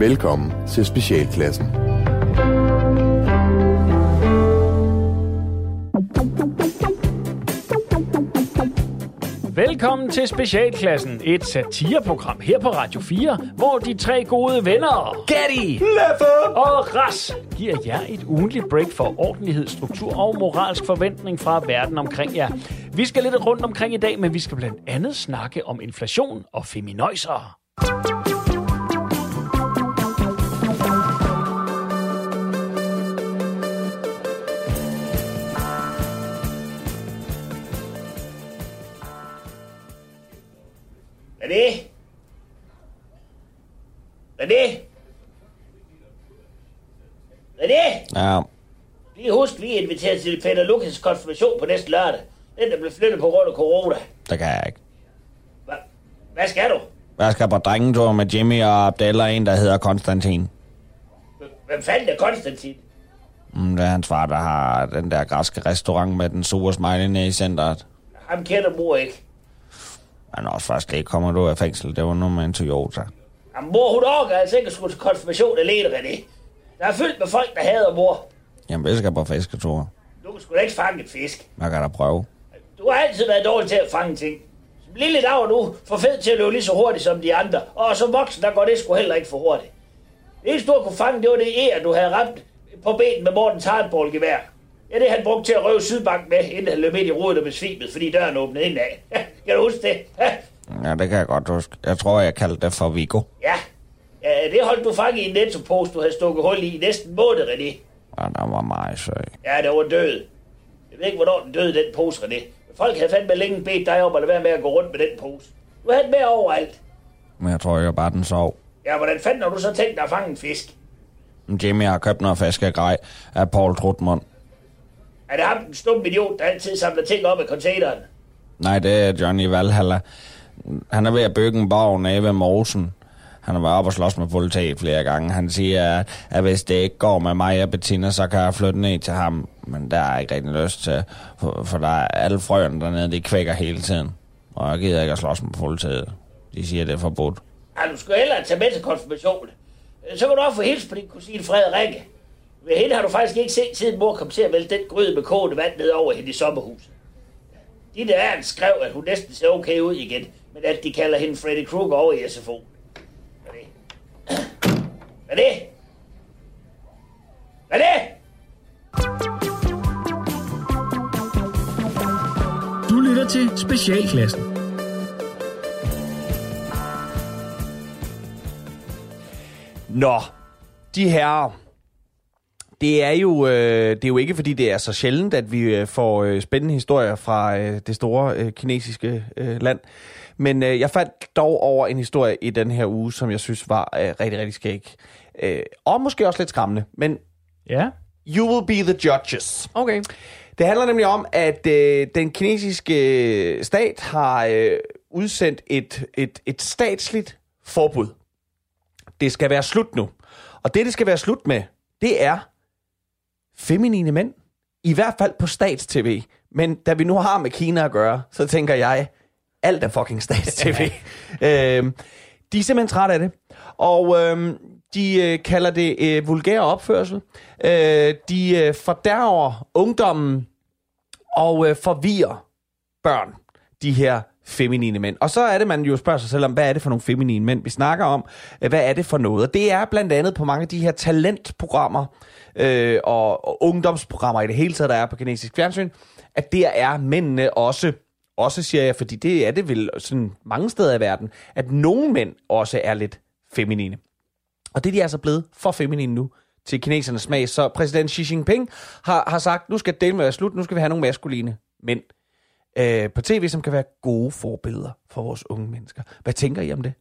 Velkommen til Specialklassen. Velkommen til Specialklassen, et satireprogram her på Radio 4, hvor de tre gode venner Gatti! og RAS giver jer et ugenligt break for ordentlighed, struktur og moralsk forventning fra verden omkring jer. Vi skal lidt rundt omkring i dag, men vi skal blandt andet snakke om inflation og feminøjser. Hvad er det? Hvad er det? Hvad er det? Ja, Lige husk, vi er inviteret til Peter Lukas konfirmation på næste lørdag. Den, der blev flyttet på grund af corona. det kan jeg ikke. Hva? Hvad skal du? Jeg skal på drengetur med Jimmy og Abdel og en, der hedder Konstantin. H- Hvem fanden er Konstantin? Mm, Det er hans far, der har den der græske restaurant med den sure smiley nede i centret. Ham kender mor ikke. Han er også først lige kommet ud af fængsel. Det var nu med en Toyota. Jamen, mor, hun orker altså ikke at skulle til konfirmation alene, René. Der er fyldt med folk, der hader mor. Jamen, jeg skal på fisketur. Du kan sgu da ikke fange et fisk. Jeg kan da prøve. Du har altid været dårlig til at fange ting. Som lille dag er du for fed til at løbe lige så hurtigt som de andre, og som voksen, der går det sgu heller ikke for hurtigt. Det eneste, du har kunne fange, det var det ære, du havde ramt på benet med Morten Tarnborg gevær. Ja, det han brugt til at røve Sydbank med, inden han løb ind i rodet og besvimede, fordi døren åbnede ind af. kan du huske det? Ja, det kan jeg godt huske. Jeg tror, jeg kaldte det for Vigo. ja. ja, det holdt du fanget i en nettopose, du havde stukket hul i i næsten en måned, René. Og der var meget søg. Ja, det var død. Jeg ved ikke, hvornår den døde, den pose, René. Men folk havde fandme længe bedt dig om at lade være med at gå rundt med den pose. Du havde den med overalt. Men jeg tror ikke bare, den sov. Ja, hvordan fanden har du så tænkt dig at fange en fisk? Jimmy har købt noget fiskegrej af Paul Trutmund. Er det ham, den stumme idiot, der altid samler ting op af containeren? Nej, det er Johnny Valhalla. Han er ved at bygge en borg nede ved Mosen. Han har været oppe og slås med politiet flere gange. Han siger, at- at hvis det ikke går med mig og Bettina, så kan jeg flytte ned til ham. Men der er jeg ikke rigtig lyst til, for, for der er alle frøerne dernede, de kvækker hele tiden. Og jeg gider ikke at slås med politiet. De siger, det er forbudt. Ja, du skal hellere tage med til konfirmationen. Øh, Så kan du også få hils på din kusine Frederikke. Ved hende har du faktisk ikke set, siden mor kom til at vælte den gryde med kogende vand ned over hende i sommerhuset. Ditte Ernst skrev, at hun næsten ser okay ud igen, men at de kalder hende Freddy Krueger over i SFO. Hvad er det? Hvad er det? Hvad er det? Du lytter til Specialklassen. Nå, de herrer. Det er, jo, øh, det er jo ikke, fordi det er så sjældent, at vi øh, får øh, spændende historier fra øh, det store øh, kinesiske øh, land. Men øh, jeg faldt dog over en historie i den her uge, som jeg synes var øh, rigtig, rigtig skæg. Øh, og måske også lidt skræmmende, men Ja, you will be the judges. okay. Det handler nemlig om, at øh, den kinesiske stat har øh, udsendt et, et, et statsligt forbud. Det skal være slut nu. Og det, det skal være slut med, det er feminine mænd. I hvert fald på stats-TV. Men da vi nu har med Kina at gøre, så tænker jeg, alt er fucking stats-TV. øhm, de er simpelthen trætte af det. Og øhm, de øh, kalder det øh, vulgær opførsel. Øh, de øh, fordærver ungdommen og øh, forvirrer børn, de her feminine mænd. Og så er det, man jo spørger sig selv om, hvad er det for nogle feminine mænd, vi snakker om? Øh, Hvad er det for noget? Og det er blandt andet på mange af de her talentprogrammer øh, og, og ungdomsprogrammer i det hele taget, der er på kinesisk fjernsyn, at der er mændene også, også siger jeg, fordi det er det vel sådan mange steder i verden, at nogle mænd også er lidt feminine. Og det er de altså blevet for feminine nu til kinesernes smag. Så præsident Xi Jinping har, har sagt, nu skal det med være slut, nu skal vi have nogle maskuline mænd øh, på tv, som kan være gode forbilleder for vores unge mennesker. Hvad tænker I om det?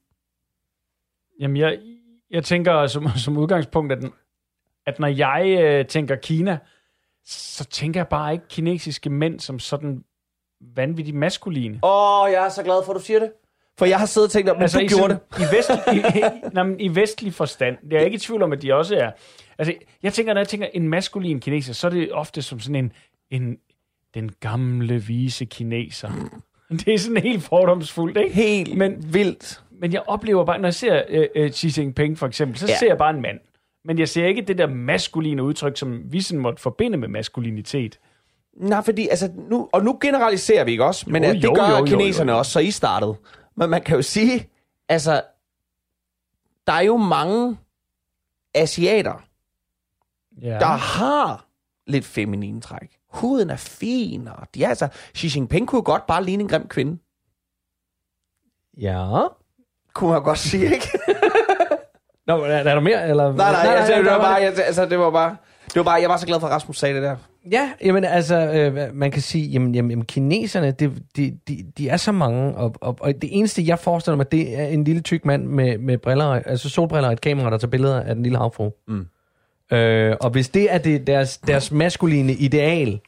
Jamen, jeg, jeg tænker som, som udgangspunkt, at, at når jeg øh, tænker Kina, så tænker jeg bare ikke kinesiske mænd som sådan vanvittigt maskuline. Åh, oh, jeg er så glad for, at du siger det. For jeg har siddet og tænkt, men altså, du i, gjorde det. sådan- I, vest, i, i, nej, men i vestlig forstand. Jeg er ikke i tvivl om, at de også er. Altså, jeg tænker, når jeg tænker en maskulin kineser, så er det ofte som sådan en, en den gamle vise kineser. Det er sådan helt fordomsfuldt, ikke? Helt Men- men, vildt. men jeg oplever bare, når jeg ser øh, øh, Xi Jinping for eksempel, så ja. ser jeg bare en mand. Men jeg ser ikke det der maskuline udtryk, som vi sådan måtte forbinde med maskulinitet. Nej, fordi altså, nu, og nu generaliserer vi ikke også, men Jo, jo, det jo, jo, gør jo, jo, jo, kineserne jo. også, så I startede. Men man kan jo sige, altså, der er jo mange asiater, Ja. der har lidt feminine træk. Huden er fin, og de er altså... Xi Jinping kunne jo godt bare ligne en grim kvinde. Ja. Kunne man godt sige, ikke? Nå, men er, er der mere? Eller? nej, nej, jeg, det, der var var bare, jeg, altså, det var bare... Det var bare, jeg var så glad for, at Rasmus sagde det der. Ja, jamen altså, øh, man kan sige, jamen, jamen, jamen kineserne, det, de, de, de er så mange, og, og, og det eneste, jeg forestiller mig, det er en lille tyk mand med, med briller, altså solbriller og et kamera, der tager billeder af den lille havfru. Mm. Øh, og hvis det er det, deres, deres maskuline ideal,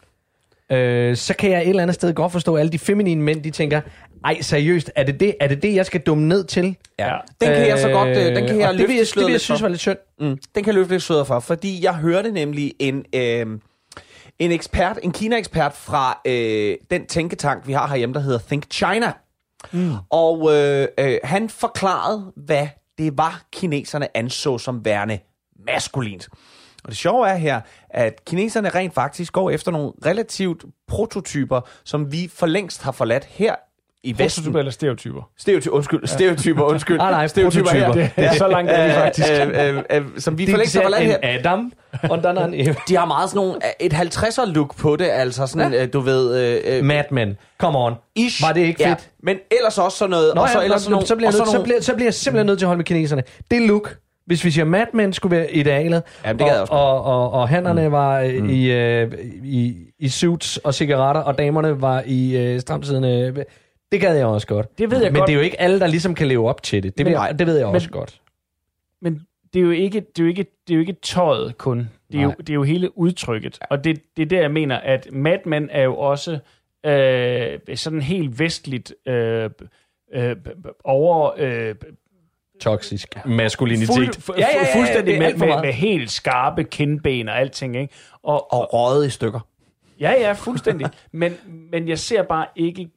øh, så kan jeg et eller andet sted godt forstå, at alle de feminine mænd, de tænker, ej seriøst, er det det, er det, det jeg skal dumme ned til? ja. Den kan jeg så godt... Øh, den kan og det, jeg vil jeg, løfte det vil sløret jeg lidt synes for. var lidt synd. Mm, den kan jeg løfte lidt sløret for, fordi jeg hørte nemlig en, øh, en ekspert, en Kina-ekspert fra øh, den tænketank, vi har herhjemme, der hedder Think China. Mm. Og øh, øh, han forklarede, hvad det var, kineserne anså som værende maskulint. Og det sjove er her, at kineserne rent faktisk går efter nogle relativt prototyper, som vi for længst har forladt her i Vesten. Prototyper eller stereotyper. Stereotyper, undskyld. Stereotyper, undskyld. Nej, nej, stereotyper her. prototyper. Det er så langt, er vi faktisk. Øh, øh, øh, øh, som vi for længst har forladt her. Adam, og der er en Eva. De har meget sådan nogle, øh, et 50'er look på det, altså sådan, ja. øh, du ved, øh, øh, Mad Men. Come on. ish. Var det ikke fedt? Ja, men ellers også sådan noget, Nå, og så ja, ellers ellers sådan nogle, så, bliver jeg og så nødt, så, nogle, bliver, så bliver jeg simpelthen nødt til at holde med kineserne. Det er look. Hvis vi siger, Mad Men skulle være idealet, Jamen, det gad jeg også og, og, og, og hannerne mm. var øh, i, øh, i, i suits og cigaretter, og damerne var i øh, stramtidende... Øh, det gad jeg også godt. Det ved jeg Men godt. det er jo ikke alle, der ligesom kan leve op til det. Det, Men- men, jeg, det ved jeg men- også godt. Men det er jo ikke, det er jo ikke, det er jo ikke tøjet kun. Det er, jo, Nej. det er jo hele udtrykket. Og det, det er der, jeg mener, at Mad Men er jo også øh, sådan helt vestligt øh, øh, over... Øh, Toksisk. Maskulinitet. fuld, fu, ja, ja, ja, fuldstændig med, med, med helt skarpe kindben og alting, ikke? Og, og røget i stykker. Ja, ja, fuldstændig. men, men jeg ser bare ikke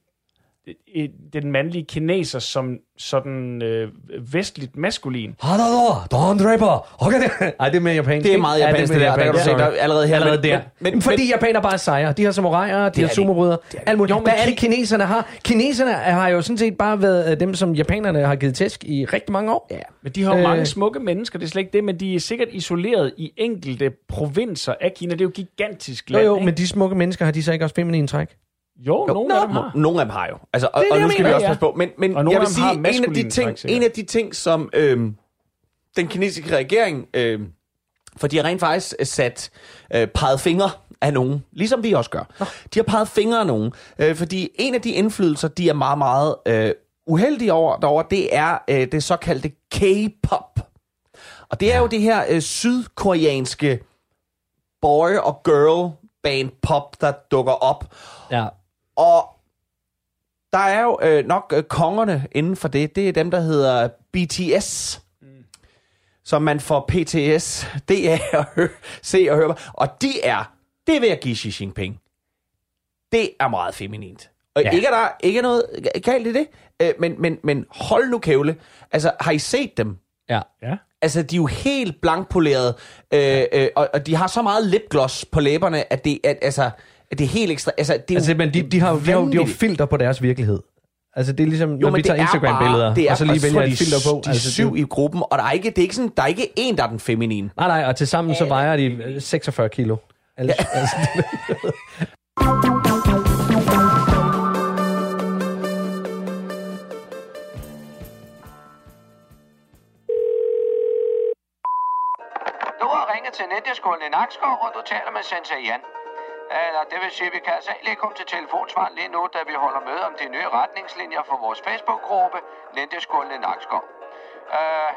øh, den mandlige kineser som sådan øh, vestligt maskulin. Hadada, Don Draper. Okay, det. Ej, det er mere japansk. Det er ikke? meget Ja, japansk, det, mere det der. Der kan du se, japansk, der sorry. er allerede her. allerede der. Men, men, fordi japanere bare er sejre. De har samuraier, de har de. sumoryder, alt muligt. Jo, men Hvad er det, kig- kineserne har? Kineserne har jo sådan set bare været øh, dem, som japanerne har givet tæsk i rigtig mange år. Ja. Men de har jo Øh. øh. mange smukke mennesker, det er slet ikke det, men de er sikkert isoleret i enkelte provinser af Kina. Det er jo gigantisk Jo, land, jo, ikke? men de smukke mennesker, har de så ikke også feminine træk? jo, jo, nogle af dem har. Nogle af dem har jo. Altså, og, Det er og det, nu jeg skal vi mener, også ja. passe på. Men, men Og nogle jeg vil af dem har sige, en af, de maskuline ting, træk, sikkert. en af de ting, som øhm, den kinesiske regering, øhm, for de har rent faktisk øh, sat øh, peget fingre af nogen, ligesom vi også gør. De har peget fingre af nogen, øh, fordi en af de indflydelser, de er meget, meget øh, uheldige over, derovre, det er øh, det såkaldte K-pop. Og det er jo det her øh, sydkoreanske boy- og girl-band-pop, der dukker op. Ja. Og der er jo øh, nok øh, kongerne inden for det. Det er dem, der hedder BTS. Mm. Som man får PTS, DA og hø- se og høre. Og de er, det vil jeg give Xi Jinping. Det er meget feminint. Og ja. ikke, er der ikke er noget galt i det, øh, men, men, men hold nu kævle. Altså, har I set dem? Ja. Ja. Altså, de er jo helt blankpolerede, øh, øh, og, og de har så meget lipgloss på læberne, at det, at, altså, at det er helt ekstra... Altså, det er Altså, jo, men de, de, har, jo- de, har, jo- de har jo vanvittigt. filter på deres virkelighed. Altså, det er ligesom, jo, når men vi det tager er bare- Instagram-billeder, og så lige bare- vælger tror, et filter på. altså, De er syv i gruppen, og der er ikke, det er ikke sådan, der er ikke en, der er den feminine. Nej, nej, og tilsammen så vejer de øh, 46 kilo. Altså, ja. altså, Du har ringet til Netdiskolen i Nakskov, og du taler med Sensei Jan. Eller det vil sige, at vi kan altså ikke lægge om til telefonsvar lige nu, da vi holder møde om de nye retningslinjer for vores Facebook-gruppe, Netdiskolen i Nakskov. Øh,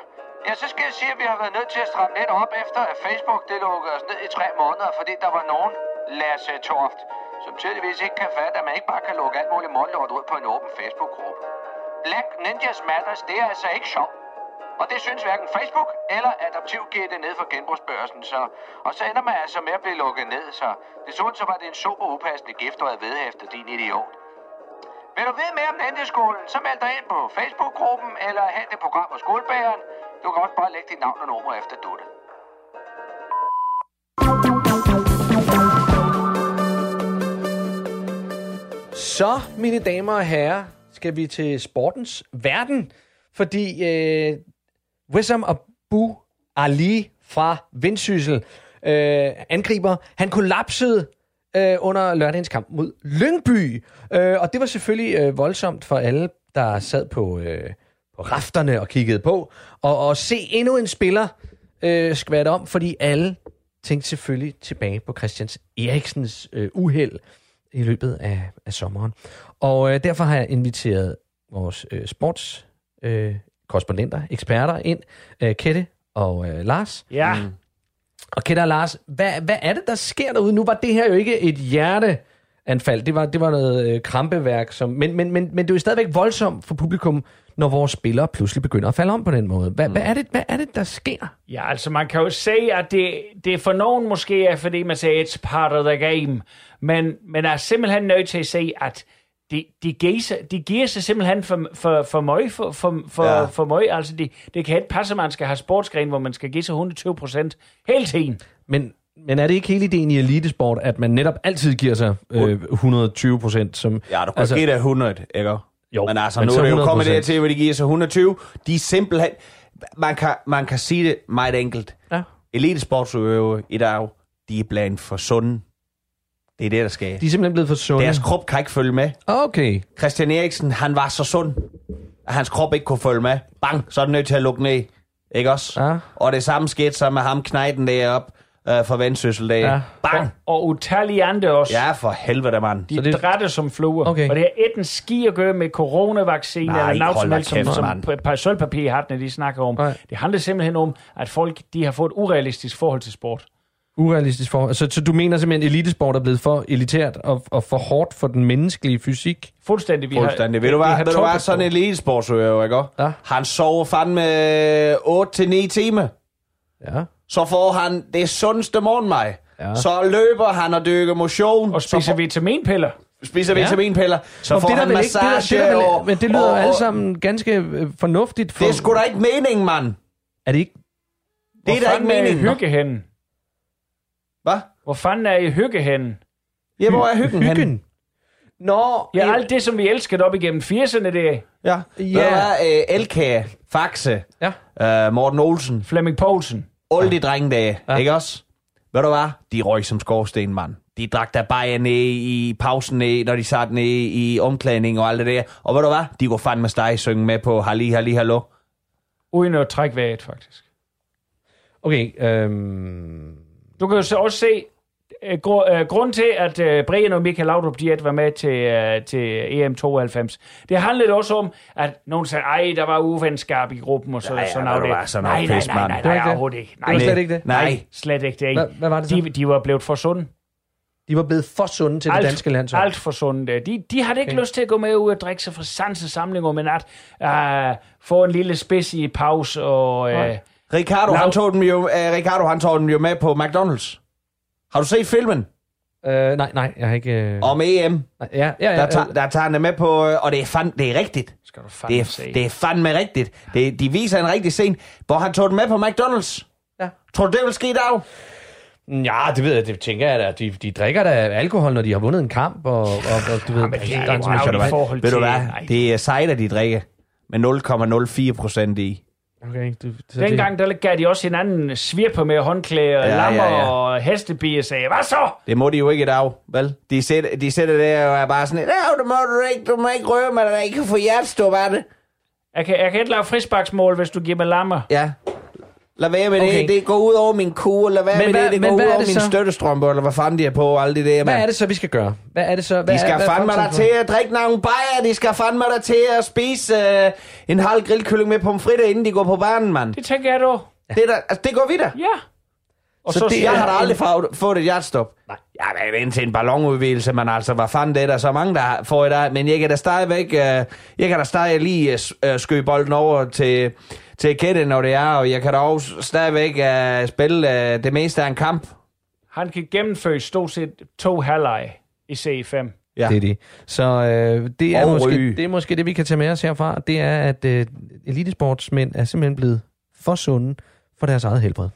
ja, så skal jeg sige, at vi har været nødt til at stramme lidt op efter, at Facebook det lukkede os ned i tre måneder, fordi der var nogen, Lasse Toft, som tydeligvis ikke kan fatte, at man ikke bare kan lukke alt muligt mållort ud på en åben Facebook-gruppe. Black Ninjas Matters, det er altså ikke sjovt. Og det synes hverken Facebook eller adoptivgitte ned for genbrugsbørsen, så... Og så ender man altså med at blive lukket ned, så... Desuden så var det en super upassende gift, du havde vedhæftet, din idiot. Vil du vide mere om Nanteskolen, så meld dig ind på Facebook-gruppen eller hent et program hos skolebageren. Du kan også bare lægge dit navn og nummer efter Dutte. Så, mine damer og herrer, skal vi til sportens verden, fordi øh, Wissam Abu Ali fra Vendsyssel, øh, angriber, han kollapsede øh, under lørdagens kamp mod Lyngby, øh, og det var selvfølgelig øh, voldsomt for alle, der sad på, øh, på rafterne og kiggede på, og, og se endnu en spiller øh, skvatte om, fordi alle tænkte selvfølgelig tilbage på Christians Eriksens øh, uheld i løbet af, af sommeren. Og øh, derfor har jeg inviteret vores øh, sports øh, korrespondenter, eksperter ind, øh, Kette og øh, Lars. Ja. Mm. Og Kette og Lars, hvad, hvad er det, der sker derude? Nu var det her jo ikke et hjerteanfald, det var, det var noget øh, krampeværk, som, men, men, men, men det er jo stadigvæk voldsomt for publikum, når vores spillere pludselig begynder at falde om på den måde. Hvad, mm. hvad, er, det, hvad er det, der sker? Ja, altså man kan jo se, at det, det for nogen måske er, fordi man siger, it's part of the game. Men man er simpelthen nødt til at se, at de, de, giver, sig, de giver sig simpelthen for, for, for meget. For, for, for, Ja. ja. for meget. Altså det, det kan ikke passe, at man skal have sportsgren, hvor man skal give sig 120 procent hele tiden. Men, men er det ikke hele ideen i elitesport, at man netop altid giver sig øh, 120 procent? Som, Ja, du kan altså, give det 100, ikke? Jo, men altså, men nu så er det jo 100%. kommet dertil, hvor de giver sig 120. De er simpelthen... Man kan, man kan sige det meget enkelt. Ja. Elitesportsudøvere i dag, de er blandt for sunde. Det er det, der sker. De er simpelthen blevet for sunde. Deres krop kan ikke følge med. Okay. Christian Eriksen, han var så sund, at hans krop ikke kunne følge med. Bang, så er den nødt til at lukke ned. Ikke også? Ja. Og det samme skete så med ham knejten deroppe øh, fra Vendsyssel. Ja. Ja. Bang! Og, og utallige andre også. Ja, for helvede, mand. De Så det- det... drætter som fluer. Okay. Og det har ikke en ski at gøre med coronavaccine Nej, eller noget hold som da helst, som, kæft, som mand. p- par sølvpapir i hatten, de snakker om. Nej. Det handler simpelthen om, at folk de har fået et urealistisk forhold til sport. Urealistisk for. altså, Så, så du mener simpelthen, at elitesport er blevet for elitært og, og for hårdt for den menneskelige fysik? Fuldstændig. Vi Fuldstændig. Har, Ved du vi hvad, har ved du hvad toppet sådan en sport. elitesportsøger, ikke? Ja. Han sover øh, fandme 8-9 timer. Ja. Så får han det sundeste morgenmad. Ja. Ja. Så løber han og dyrker motion. Og så spiser får, vitaminpiller. spiser Ja. vitaminpiller. Så Nå, får det er han der vel ikke, det er der, det massage. er der vel, og, men det lyder altså- jo og- alle sammen ganske øh, fornuftigt. For, Det er sgu da ikke meningen, mand. Er det ikke? Det er da ikke meningen. Hvor fanden er I hygge henne? Hvad? Hvor fanden er I hygge henne? Ja, hvor er hyggen, henne? Hyggen. Nå, Ja, alt det, som vi elskede op igennem 80'erne, det er Ja. Ja. ja. Øh, Elkage, Faxe, Ja. øh, Morten Olsen, Flemming Poulsen. alle de drengedage, Ja. ja. ikke også? Ved du hvad? De røg som skorsten, mand. De drak der bare ned i pausen, ned, når de sad ned i omklædning og alt det der. Og ved du hvad? De kunne fandme steg synge med på Halli, Halli, Hallo. Uden at trække vejret, faktisk. Okay, øhm, Du kan jo så også se, øh, gru- øh, grund til, at øh, Brian og Michael Laudrup, de ikke var med til, øh, til EM92, det handlede også om, at nogen sagde, ej, der var uvenskab i gruppen, og så, Ja, ja, sådan ved noget. du der. hvad, sådan nej, noget nej, pis, nej, mand. nej, Det var nej, ikke det. overhovedet ikke. det Nej, var slet ikke det. Nej. slet ikke det. Hvad- hvad var det så? De, de var blevet for sunde. De var blevet for sunde til alt, det danske landshold. Alt for sunde der. De, de havde ikke Okay. okay. lyst til at gå med ud og drikke sig fra sansesamling om en nat, uh, få en lille spids i pause og... Uh, Nej. Ricardo, Lav- han tog dem jo, øh, Ricardo, han tog dem jo med på McDonald's. Har du set filmen Øh, nej, nej, jeg har ikke... Øh, om EM? nej, ja, ja, ja, Der, tager, der tager han dem med på, øh, og det er, fandme, det er rigtigt. skal du fandme Det se. er, det er fandme rigtigt. Det, de viser en rigtig scene, hvor han tog den med på McDonald's. Ja. Tror du, det vil ske i dag? Ja, det ved jeg, det tænker jeg da. De, de drikker da alkohol, når de har vundet en kamp, og, og, og du ved... Ja, men Ah, det er jo også i forhold Ved du til- hvad? Nej. Det er sejt, at de drikker med 0,04 procent i. Okay, du, så det- Dengang der gav de også hinanden svirper med håndklæder, ja, Ja, lammer ja, ja, ja. ja. og hestebier sagde, hvad så? Det må de jo ikke i dag, vel? De sætter, de sætter der og er bare sådan, Ja, det må du ikke, du må ikke røre mig, der ikke kan få hjertestop af det. Jeg kan, jeg kan ikke lave frisbaksmål, hvis du giver mig lammer. Ja. Lad være med Okay. det, det går ud over min kugle, lad være Men men med hvad- det, det men går ud hvad er over det mine så? støttestrømper, eller hvad fanden de er på, og alt det der, Hvad er mand. det så, vi skal gøre? Hvad er det så? Hvad De skal er, hvad er fandme dig fremtiden til at drikke nogle bajer, de skal fandme dig til at spise øh, en halv grillkylling med pomfritter, inden de går på banen, mand. Det tænker jeg da. Det, er der, altså, det går vi da. Ja. Og Så, så det, jeg har da en- aldrig fået, fået et hjertestop. Nej. Jeg har været ind til en ballonudvidelse, men altså, hvad fanden det er der så mange, der har- får i dag. Men jeg kan da stadigvæk, øh, jeg kan da stadig lige øh, s- øh, skyde bolden over til, til Kette, når det er, og jeg kan da også stadigvæk øh, spille øh, det meste af en kamp. Han kan gennemføre stort set to halvleje i C5. Ja. Ja. Det er de. Så øh, det, er Og måske, ryge. det er måske det, vi kan tage med os herfra. Det er, at øh, elitesportsmænd er simpelthen blevet for sunde for deres eget helbred.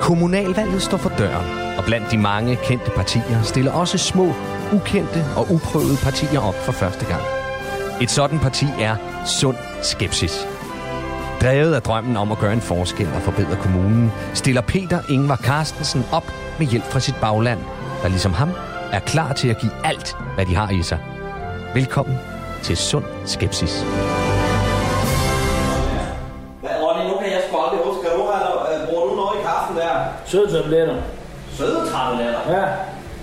Kommunalvalget står for døren, og blandt de mange kendte partier stiller også små, ukendte og uprøvede partier op for første gang. Et sådan parti er Sund Skepsis. Drevet af drømmen om at gøre en forskel og forbedre kommunen, stiller Peter Ingvar Carstensen op med hjælp fra sit bagland, der ligesom ham er klar til at give alt, hvad de har i sig. Velkommen til Sund Skepsis. Hvad, Ronny, nu kan jeg sgu aldrig huske. Kan du have, øh, bruger du noget i kaffen der? Sødtabletter. Søde trædelatter. Ja,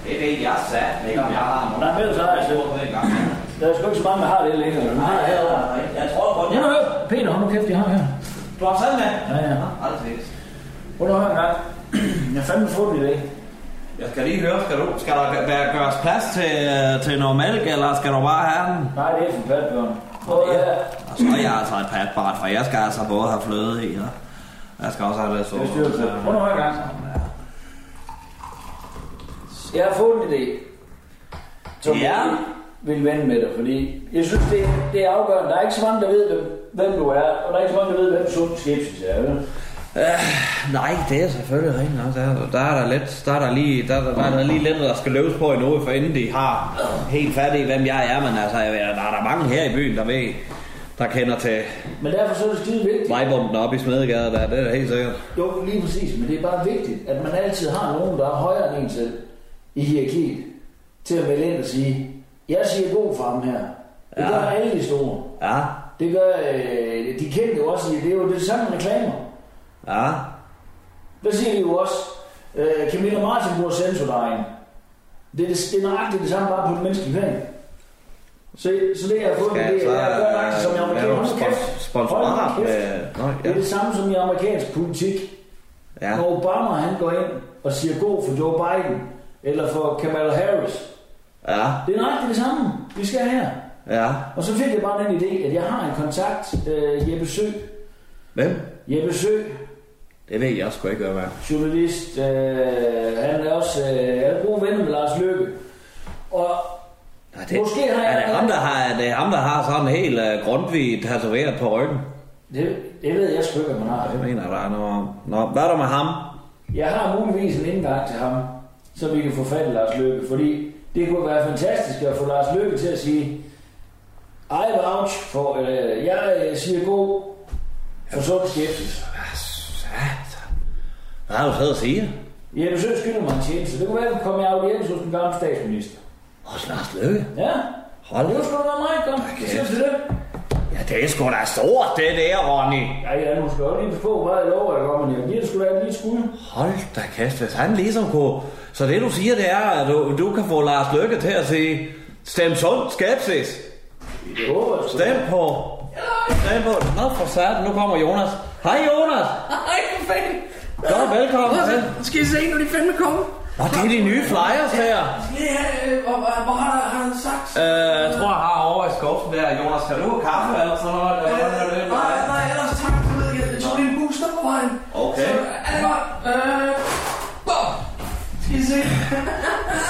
Det er det, jeg sagde, men jeg har ham. Nej, men så er jeg sød. der er sgu ikke så meget, man har det længere. Nej, ja. Jeg tror på den. Jamen, hør, Peter, hold nu kæft, jeg har her. Du har taget med? Ja, ja. Aldrig ses. Prøv nu at høre en gang. Jeg har fandme fået den i dag. Jeg skal lige høre, skal, du, skal der gø- være, gøres plads til, øh, til noget mælk, eller skal du bare have den? Nej, det er for fatbørn. Prøv at høre. Og så er jeg altså et patbart, for jeg skal altså både have fløde i, og jeg skal også have lidt sukker. Prøv nu at høre en gang. Jeg har fået en idé. Som Ja. jeg vil vende med dig, fordi jeg synes, det, det er afgørende. Der er ikke så mange, der ved, hvem du er, og der er ikke så mange, der ved, hvem sund skepsis er. Vel? Øh, Nej, det er selvfølgelig rigtigt nok. Der, der er der lidt, der er der lige, der, der, der, er der lige lidt, der skal løbes på endnu, for inden de har helt fat i, hvem jeg er. Men altså, jeg- der er der mange her i byen, der ved, der kender til Men derfor så er det skide vigtigt. vejbomben oppe i Smedegade, der, det er da helt sikkert. Jo, lige præcis, men det er bare vigtigt, at man altid har nogen, der er højere end en selv i hierarkiet, til at vælge ind og sige, jeg siger god for ham her. Det Ja. gør alle de store. Ja, Det gør øh, de kendte jo også, det er jo det samme med reklamer. ja, Der siger de jo også, øh, Camilla Martin bruger sensordejen. Det er, det, det er nøjagtigt det samme, bare på et menneskeligt plan. Så, så det, jeg har fået, Skal det så, er, jeg gør nøjagtigt, som jeg øh, amerikaner. lave Hold nu spons- kæft. sponsorater Hold nu kæft. med- Nå, ja. Det er det samme som i amerikansk politik. ja. Når Obama han går ind og siger god for Joe Biden, eller for Kamala Harris, Ja, det er nøjagtigt det samme, vi skal her. ja. Og så fik jeg bare den idé, at jeg har en kontakt, øh, Jeppe Sø. Hvem? Jeppe Sø, Det ved jeg sgu ikke, hvad er. journalist, øh, han er også øh, er gode venner med Lars Løkke. Og Ja, det, Måske har jeg- er det ham, der har, er det ham, der har sådan en helt uh, grundvig tatoveret på ryggen? det, det ved jeg sgu ikke, om han Det har. mener jeg, der er noget om. Nå, hvad er der med ham? Jeg har muligvis en indgang til ham, så vi kan få fat i Lars Løkke, fordi det kunne være fantastisk at få Lars Løkke til at sige, I vouch for, øh, jeg øh, siger god for sund skepsis. Satan. Hvad har du siddet og sige? Jeppe Søe skylder mig en tjeneste. Det kunne være, at jeg kunne komme i audiens hos den gamle statsminister. Hos Lars Løkke? Ja, Hold det nu. var sgu da være meget godt. Hvad siger du til det? Ja, det er sgu da stort, det der, Ronny. Ja, ja, nu skal jeg jo lige forstå, hvad jeg lover, jeg kommer ned. Jeg giver det sgu da lige skud. Hold da kæft, hvis han ligesom kunne... Så det du siger, det er, at du, du kan få Lars Løkke til at sige... Stem sund skepsis. Det håber jeg sgu. Stem på. Stem på. Nå, for satan, nu kommer Jonas. Hej, Jonas. Ej, for fanden. Godt velkommen til. Skal I se, nu er de fandme kommet? Nå, det er de nye flyers her. Ja, øh, hvor, hvor, hvor har, har han sagt? Øh, jeg tror, jeg har over i skuffen der. Jonas, skal du have kaffe eller sådan noget? Eller hvordan er det? nej, nej, ellers tak. Du ved, jeg, jeg tog lige en booster på vejen. Okay. Så, er det godt? Øh, bum. Skal I se?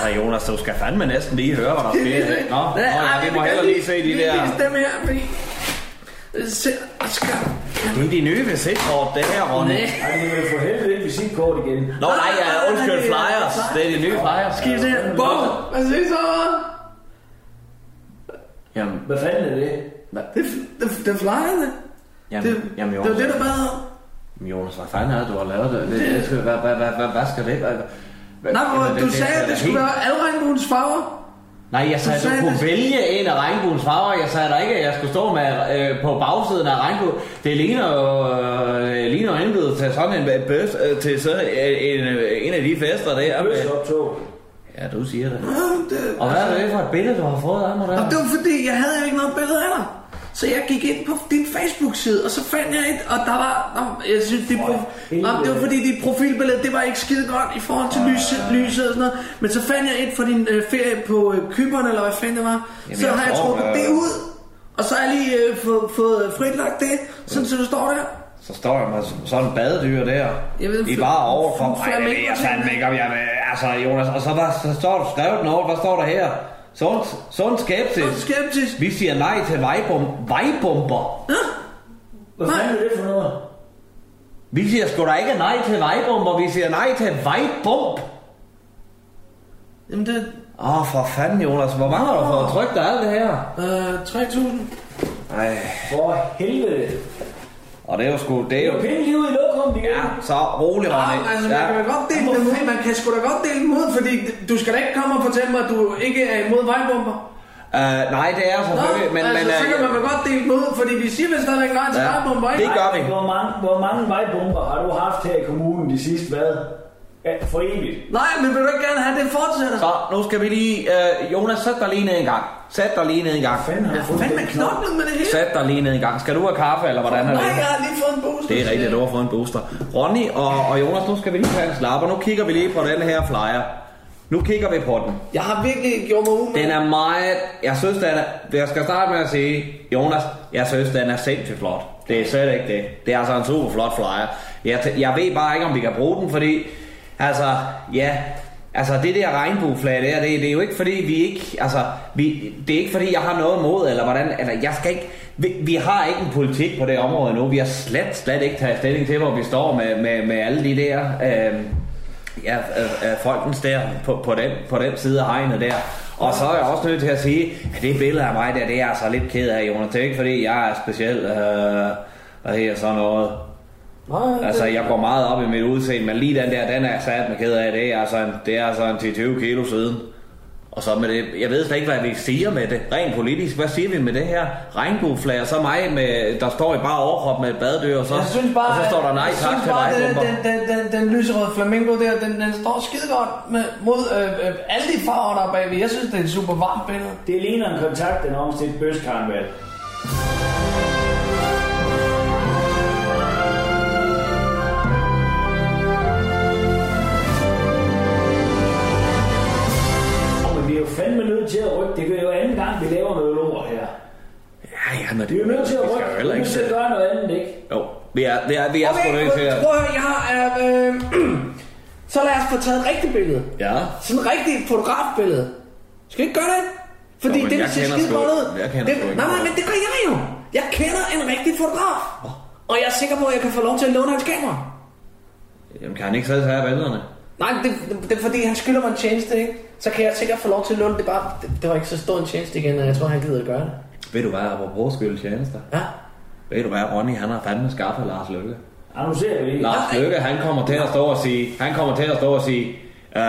Så Jonas, du skal fandme næsten lige høre, hvad der sker. i dag. Nå, nå ja, vi må hellere lige se de der... Lige vise dem her, fordi... Øh, Se, og skal... Det er de nye visitkort, det her, Ronny. Nej. Ej, det vil for helvede ikke visitkort igen. Nå, nej, ja, undskyld, flyers. Det er de nye flyers. Skal I se? Bum. Hvad siger I så? Jamen, Hvad fanden er det? Det, det, det er flyerne. Det, jamen, jamen det var Jonas, det, der bad om. Jonas, hvad fanden er det, du har lavet? Det, det, det, skal- hvad, hvad, hvad, hvad, hvad skal det? Hvad, hvad, Nej, hvor Jamen, du sagde, at da det skulle helt- være alle regnbuens farver. Nej, jeg Du sagde, at du sagde, kunne det- vælge en af regnbuens farver. Jeg sagde da ikke, at jeg skulle stå med, øh, på bagsiden af regnbuen. Det ligner jo øh, ligner jo indbydet til sådan en bøf, øh, til sådan øh, en, øh, en af de fester der. Jeg vil op tog. Ja, du siger det. Ja, det- Og hvad er det for et billede, du har fået af mig Og der? det var fordi, jeg havde jo ikke noget billede af dig. Så jeg gik ind på din Facebook-side, og så fandt jeg et, og der var... Nå, jeg synes, dit prof... Nå, det var fordi, dit profilbillede, det var ikke skide godt i forhold til lyset, Ah. lyset og sådan noget. Men så fandt jeg et for din øh, ferie på øh, Kyberen, eller hvad fanden det var. så jeg har jeg tror, trukket øh, det ud, Og så har jeg lige øh, fået, fået fritlagt det, sådan så du står der. Så står jeg med sådan en badedyr der. Jeg ved, I fl- bare overkrop. fl- Ej, det ved jeg flamingo- fandme ikke om jeg vil. Altså, Jonas. Og så, der, så står der skrevet den over. Hvad står der her? Sund, sund skepsis. Sund skepsis. Vi siger nej til vejbom, vejbomber. Hvad fanden er det for noget? Vi siger sgu da ikke nej til vejbomber. Vi siger nej til vejbomb. Jamen det... Åh, oh, for fanden, Jonas. Hvor mange har du fået trykt af alt det her? Øh, 3.000. Ej. For helvede. Og det er jo sgu... Det Det er er jo... jo penge lige ud i lokum, de Ja, så rolig, Ronny. Ah, altså, man, Ja. kan vel godt dele dem ud. man kan sgu da godt dele dem ud, fordi du skal da ikke komme og fortælle mig, at du ikke er imod vejbomber. Uh, nej, det er Nå, selvfølgelig, men... altså, men, så øh, kan man vel godt dele dem ud, fordi vi siger vel stadigvæk nej til Ja, vejbomber, ikke? det gør vi. Hvor mange, hvor mange vejbomber har du haft her i kommunen de sidste hvad? Ja, for evigt. Nej, men vil du ikke gerne have, at det fortsætter? Så, nu skal vi lige... Uh, Jonas, sæt dig lige ned en gang. Sæt dig lige ned en gang. Fanden har du fået Fanden med den knop? knoklet med det hele. Sæt dig lige ned en gang. Skal du have kaffe, eller hvordan er det? Nej, jeg har lige fået en booster. Det er rigtigt, at du har fået en booster. Ronny og, og Jonas, nu skal vi lige tage en slap, og nu kigger vi lige på den her flyer. Nu kigger vi på den. Jeg har virkelig gjort mig umage. Den er meget... Jeg synes, den er... Jeg skal starte med at sige, Jonas, jeg synes, den er sindssygt flot. Det er slet ikke det. Det er altså en super flot flyer. Jeg, t- jeg ved bare ikke, om vi kan bruge den, fordi... Altså, ja... Altså, det der regnbueflag der, det, det er jo ikke fordi, vi ikke... Altså, vi, det er ikke fordi, jeg har noget mod, eller hvordan... Eller, jeg skal ikke... Vi, vi har ikke en politik på det område nu. Vi har slet, slet ikke taget stilling til, hvor vi står med, med, med alle de der... Øh, ja, øh, øh, folkens der på, på, den, på den side af hegnet der. Og så er jeg også nødt til at sige, at det billede af mig der, det er jeg altså lidt ked af, Jonas. Det er ikke fordi, jeg er speciel, øh, hvad hedder sådan noget. Nej, Altså, jeg går meget op i mit udseende, men lige den der, den er jeg sat med ked af. Det er altså en, det er altså en 10-20 kilo siden. Og så med det, jeg ved slet ikke, hvad vi siger med det, rent politisk. Hvad siger vi med det her? Regnbueflag, og så mig, med, der står i bare overkrop med et baddyr, og så, Jeg synes bare, og så står der nej jeg tak synes til bare, mig. den, den, den, den, den lyserøde flamingo der, den, den står skide godt med, mod øh, øh, alle de farver, der er bagved. Jeg synes, det er et super varmt billede. Det ligner en kontakt, den om til et bøskarnvalg. Åh, men Vi er jo fandme nødt til at rykke. Det er jo anden gang, vi laver noget lort her. Ja, ja, men Vi er jo nødt til at vi skal jo rykke. Vi heller er ikke nødt til at sætte- gøre noget andet, ikke? Jo, vi er, vi er, vi er okay, sgu nødt til at... prøv at høre, jeg har... Øh, øh, så lad os få taget et rigtigt billede. Ja. Sådan et rigtigt fotografbillede. Skal vi ikke gøre det? Fordi Jo, men det vil jeg se kender skide sgu- godt ud. jeg kender det, sgu ikke nej, nej, noget. men det gør jeg jo. Jeg kender en rigtig fotograf. Og jeg er sikker på, at jeg kan få lov til at låne hans kamera. Jamen, kan han ikke selv tage billederne? Nej, det, det, det er fordi, han skylder mig en tjeneste, ikke? Så kan jeg sikkert få lov til at låne det bare. Det, det var ikke så stor en tjeneste igen, og jeg tror, han gider at gøre det. Ved du hvad, apropos skyld tjenester? Ja. Ved du hvad, Ronny, han har fandme skaffet Lars Løkke. Annoncerer vi ikke? Lars Løkke, han kommer til at stå og sige, han kommer til at stå og sige, øh,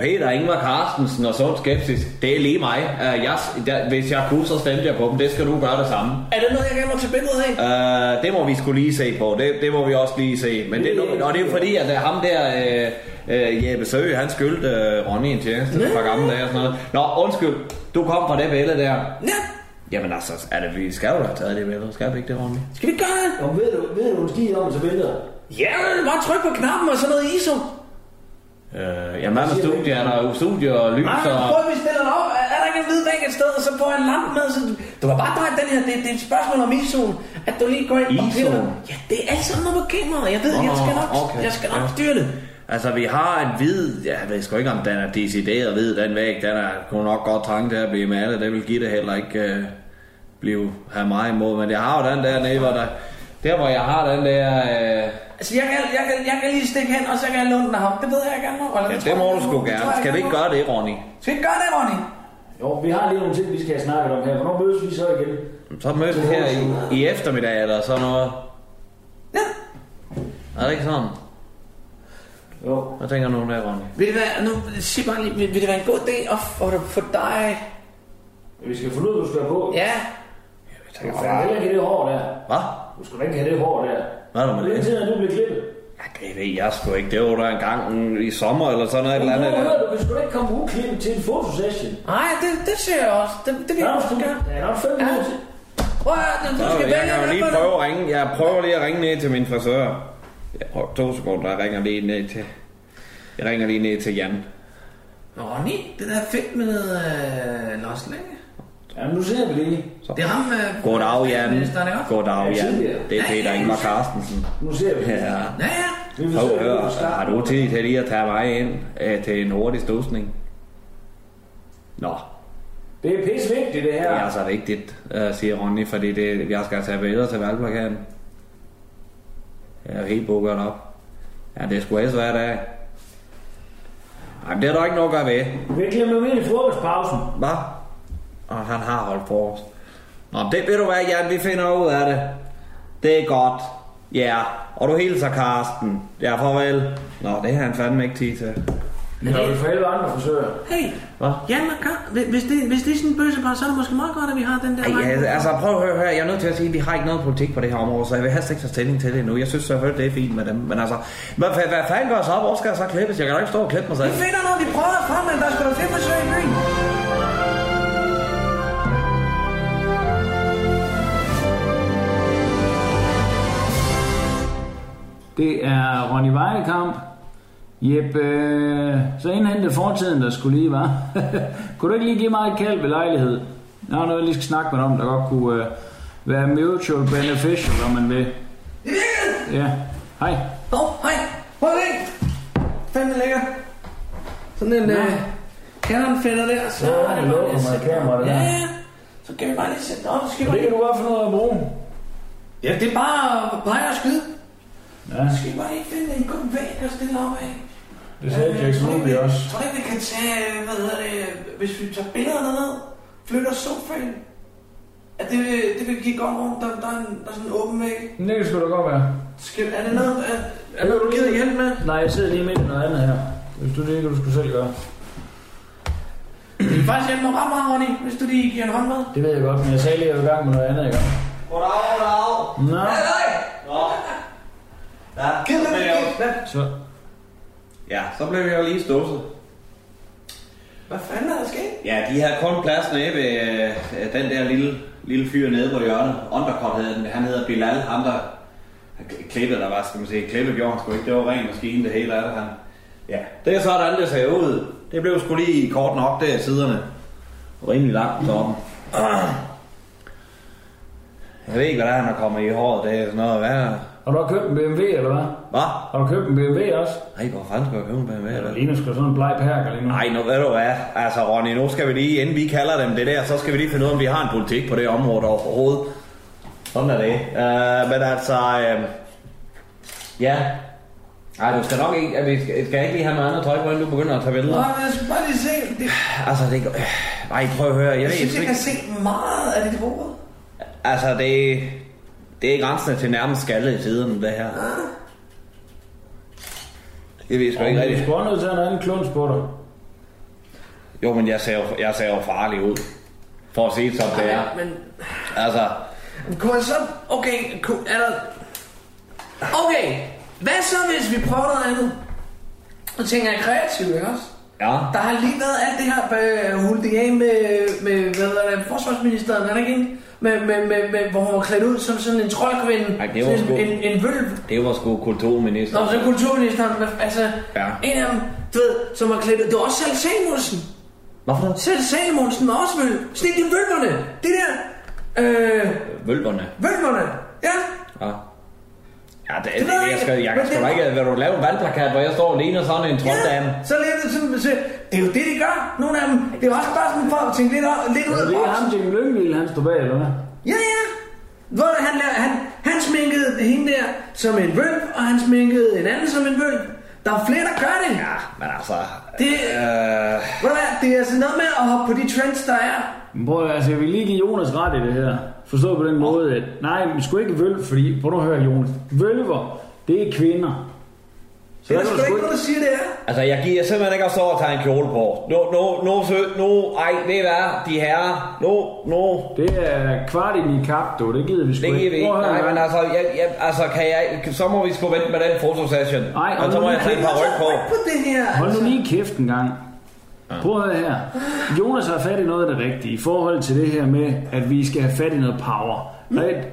Peter, Ingvar Carstensen og sund skepsis, det er lige mig. Øh, jeg, der, hvis jeg kunne, så stemte jeg på dem. Det skal du gøre det samme. Er det noget, jeg gerne må tage billedet af? Øh, det må vi skulle lige se på. Det, det må vi også lige se. Men det, er nu- og det er jo fordi, at øh, ham der, øh, øh, Jeppe Søge, han skyldte øh, Ronny en tjeneste fra gamle dage og sådan noget. Nå, undskyld, du kom fra det billede der. Ja, Jamen altså, er det, vi skal jo da have taget det billede. Skal vi ikke det, Ronny? skal vi gøre det? Jo, ved du, ved du en skid om til billeder? Ja, men bare tryk på knappen og sådan noget ISO. Øh, jamen hvad med studier? Er der jo studier og lys Nej, og... prøv at vi stiller den op. Er- Er der ikke en hvid væg et sted, og så får jeg en lampe med? Så du kan bare dreje den her. Det, det er et spørgsmål om ISO'en. At du lige går ind og ISO'en? piller. Ja, det er alt sammen op på kameraet. Jeg ved, Nå, jeg skal nok, okay. jeg skal nok Ja. styre det. Altså, vi har en hvid... Jeg ved sgu ikke, om den er decideret hvid, den væg. Den er kunne nok godt trængt til at blive malet. Det vil give det heller ikke øh, blive have mig imod. Men jeg har jo den der nede, hvor der... Der, hvor jeg har den der... Øh, Altså, jeg kan, jeg, kan, jeg kan lige stikke hen, og så kan jeg låne den af ham. Det ved jeg gerne. Eller, ja, tror det jeg, må du jeg sgu det tror gerne. jeg, Skal jeg vi ikke må. gøre det, Ronny? Skal vi ikke gøre det, Ronny? Jo, vi har lige nogle ting, vi skal have snakket om her. Hvornår mødes vi så igen? Så mødes vi her i, i eftermiddag eller sådan noget. Ja. Er det ikke sådan? Jo. Hvad tænker du om det, Ronny? Vil det være, nu, sig bare lige, vil, vil det være en god idé at for, for dig? Vi skal finde ud, af, hvad du skal have på. Ja. Du skal heller ikke have det hår der. Hvad? Du skal da ikke have det hår der. Hvad er der med Hvor længe det? siden er du blevet klippet? Ja, det ved jeg sgu ikke. Det var der en gang mm, i sommer eller sådan noget. Et eller Prøv at høre, andet. du kan sgu da ikke komme uklippet til en fotosession. Nej, det, det ser jeg også. Det, det vil Der jeg er også sgu- gerne. der er nok fem Ja. minutter til. Prøv at høre, du Nå, skal jeg vælge, kan jo hvad lige for noget. prøve at ringe. Jeg prøver lige at ringe ned til min frisør. Jeg prøver to sekunder, jeg ringer lige ned til... Jeg ringer lige ned til Jan. Ronny, det der fedt med øh, Lars Lange. Ja, nu ser vi lige. Så. Det er ham, øh, Goddag, Jan. statsministeren, ikke også? Goddag, Ja, Jan. tidligere. Det er Peter Ingvar Carstensen. Nu ser vi. Ja. Ja, ja. Hov, hør, har du tid til lige at tage mig ind øh, til en hurtig stusning? Nå, Det er pisse vigtigt, det det her. er så vigtigt, øh, siger Ronny, fordi det, jeg skal tage billeder til valgplakaten. Jeg er jo helt bukket op. Ja, det er sgu helst hver dag. Jamen, det er der ikke noget at gøre ved. Vi glemmer med i frokostpausen. Hvad? Og han har holdt for os. Nå, men det ved du hvad, Jan, vi finder ud af det. Det er godt. Ja, yeah. og du hilser Karsten. Ja, farvel. Nå, det har han fandme ikke tid til. Vi har jo for alle andre frisører. Hey, Hvad? Jan, og Kar- hvis- hvis det, hvis det er sådan en bøssepar, så er det måske meget godt, at vi har den der... Ej, vej. altså, altså prøv at høre, høre, jeg er nødt til at sige, at vi har ikke noget politik på det her område, så jeg vil helst ikke tage stilling til det endnu. Jeg synes selvfølgelig, det er fint med dem, men altså, hvad, hvad, hvad fanden gør jeg så op? Hvor skal jeg så klippes? Jeg kan da ikke stå og klippe mig selv. Vi finder noget, vi prøver frem, men der skal da fedt forsøg i byen. Det er Ronny Vejlekamp. Jeppe, øh, så indhentede fortiden, der skulle lige, var. kunne du ikke lige give mig et kald ved lejlighed? Jeg har noget, jeg lige skal snakke med dig om, der godt kunne øh, være mutual beneficial, om man vil. Ja, hej. Nå, hej. Prøv at se. Fanden lækker. Sådan en... Øh, Canon fætter der, så... er Så det bare lige at lukker man sætte- kameraet der. Ja, ja. Så kan vi bare lige sætte den op, så skal Det vi... kan du godt finde ud af at bruge. Ja, det er bare at pege og skyde. Ja, Skal vi bare lige finde en god væg og stille op af? det sagde Jack Snoopy også. Tror du ikke, vi kan tage, hvad hedder det, hvis vi tager billederne ned, flytter sofaen? At det, vil- det vil give et godt rum, der, der, er en, der er sådan en åben væg. Men det kan sgu da godt være. Skal, er det noget, er, er Hører noget, du du lige- gider hjælp med? Nej, jeg sidder lige midt i noget andet her. Hvis du det ikke, du skulle selv gøre. Det vil faktisk hjælpe mig ret meget, Ronny, hvis du lige giver en hånd med. Det ved jeg godt, men jeg sagde lige, at jeg var i gang med noget andet, ikke? Goddag, goddag. Nå, Nå. Ja, så... ja, så blev jeg jo lige stusset. Hvad fanden er der sket? Ja, de havde kun plads nede ved øh, den der lille, lille fyr nede på hjørnet. Undercut hed den. Han hedder Bilal, ham der klippet der var, skal man sige. Klippet gjorde han sgu ikke. Det var ren maskine, det hele af det han. Ja, det er sådan, det ser ud. Det blev sgu lige kort nok der i siderne. Rimelig langt deroppe. Jeg ved ikke, hvad der er, han er kommet i håret. Det er sådan noget værre. Har du købt en BMW, eller hvad? Hvad? Har du købt en BMW også? Ej, hvor fanden skal jeg købe en BMW? Ja, eller? der ligner sgu sådan en bleg perker lige nu. Nej, nu ved du hvad. Altså, Ronny, nu skal vi lige, inden vi kalder dem det der, så skal vi lige finde ud af, om vi har en politik på det område overhovedet. Sådan er det. Uh, men altså, uh, ja. Ej, du skal nok ikke, at vi skal, skal ikke lige have noget andet tøj på, inden du begynder at tage Nå, billeder. men jeg skal bare lige se. Det, Altså, det... Øh, nej, prøv at høre. Jeg, jeg ved synes, sgu jeg kan ikke. se meget af dit hoved. Altså, det... Det er grænsende til nærmest skaldet i siden, det her. Jeg ved sgu Og ikke Du er rigtigt. sgu også nødt til at have en anden kluns på dig. Jo, men jeg ser, jo- jeg ser jo farlig ud. For at sige det, som det er. Men Altså, kunne man så... altså Okay, kunne, er der... Okay, hvad så, hvis vi prøver noget andet? Nu tænker jeg kreativt, ikke også? ja. Der har lige været alt det her øh, huldigage med, med, hvad hedder det, forsvarsministeren, er der ikke en? Med, med, med, med, hvor hun var klædt ud som sådan en troldkvinde. Ej, det var sådan sgu- en, en, en vølv. Det var sgu kulturminister. Nå, så kulturministeren, hvad- altså, Ja. en af dem, du ved, som var klædt ud. Det var også selv Samuelsen. Hvorfor det? Selv Samuelsen var også vølv. Sådan en, de vølverne. Det der, øh, Vølverne. vølverne. Ja, Ja. Ja, det, det, ved jeg det jeg, skal, ikke, jeg kan men sgu det- da ikke... Vil du lave en vandplakat, hvor jeg står og ligner sådan en trolddame? ja. Så lidt sådan, så, det er jo det, de gør, nogle af dem. Det er jo også bare sådan for at tænke lidt, o- lidt ud af Det er boksen. ham, Jim Lyngvild, han står bag, eller hvad? Ja, ja. Hvor han, laver- han, han sminkede hende der som en vølv, og han sminkede en anden som en vølv. Der er flere, der gør det. Ja, men altså... Det- Øh, Ved du hvad, det er altså noget med at hoppe på de trends, der er. Men prøv at høre, altså, jeg vil lige give Jonas ret i det her. Forstået på den måde, at nej, men sgu ikke vølv, fordi, prøv nu at høre, Jonas, vølver, det er kvinder. Så Det er der der kan sgu du ikke sgu noget, ikke... der siger, det er. altså, jeg giver simpelthen ikke at stå og tage en kjole på. Nu, nu, nu, sø, nu, ej, ved I hvad, de herrer, nu, nu, Det er kvart i min kap, du. Det gider vi sgu det giver ikke. vi ikke. Prøv at høre, Nej, men mand. altså, jeg, jeg, altså, kan jeg, så må vi sgu vente med den fotosession. Ej, og og så må nu- jeg tage et par ryg på. Ryk på det her. Hold nu lige kæft en gang. Prøv at høre her. Jonas har fat i noget af det rigtige i forhold til det her med, at vi skal have fat i noget power. Right?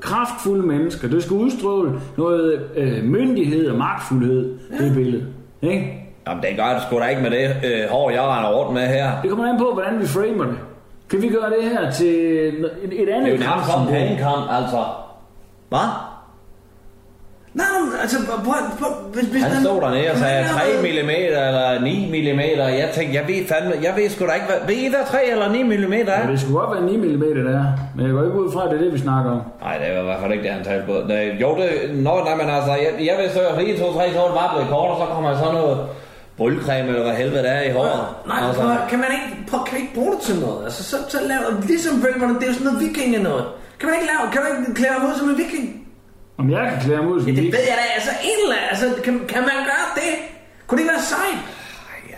Kraftfulde mennesker. Det skal udstråle noget øh, myndighed og magtfuldhed, det billede. Ikke? Jamen, det gør det sgu da ikke med det øh, hår, jeg render rundt med her. Det kommer an på, hvordan vi framer det. Kan vi gøre det her til et, et Det er andet jo nærmest som en handekamp, altså. Hvad? Nej, men altså, prøv, prøv, hvis, hvis Han den- stod dernede og sagde den er 3 jo- mm eller 9 mm. Jeg tænkte, jeg ved fandme, jeg ved sgu da ikke, hvad, ved I hvad 3 eller 9 mm er? Ja, det skulle godt være 9 mm der, men jeg går ikke ud fra, at det er det, vi snakker om. Nej, det var i hvert fald ikke det, han talte på. Nej, jo, det, nå, nej, men altså, jeg, jeg vidste jo, at 1, 2, 3, så var det bare blevet kort, og så kommer sådan noget brylcreme, eller hvad helvede det er i håret. Nej, altså, altså. kan man ikke, prøv, kan vi ikke bruge det til noget? Altså, så, så laver, ligesom vølverne, det er jo sådan noget vikinge noget. Kan man ikke lave, kan man ikke klæde ham ud som en viking? Om jeg kan klæde ham ud som Det viking? ved jeg da, altså en eller anden- altså, kan, kan man gøre det? Kunne det ikke være sejt?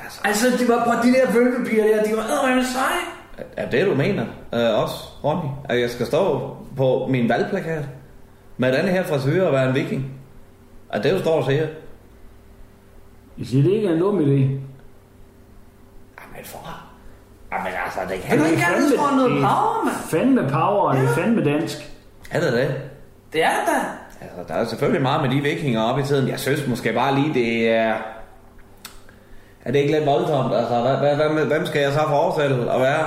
Altså, altså de var, prøv, de der vølvepiger der, de var æderhøjende seje. er det, du mener? Øh, også, Ronny, at jeg skal stå på min valgplakat med den her frisyr og være en viking? Er det, du står og siger? Jeg siger, det ikke er en dum idé. Jamen, for... Jamen, altså, det Kan du ikke gerne udfordre noget power, mand? Fandme power, og det er fandme dansk. Er det det? Det er det da. Altså, der er selvfølgelig meget med de vikinger op i tiden. Jeg synes måske bare lige, det er... Er det ikke lidt voldsomt? Altså, hvad, hvad, hvad, hvem skal jeg så forestille at være?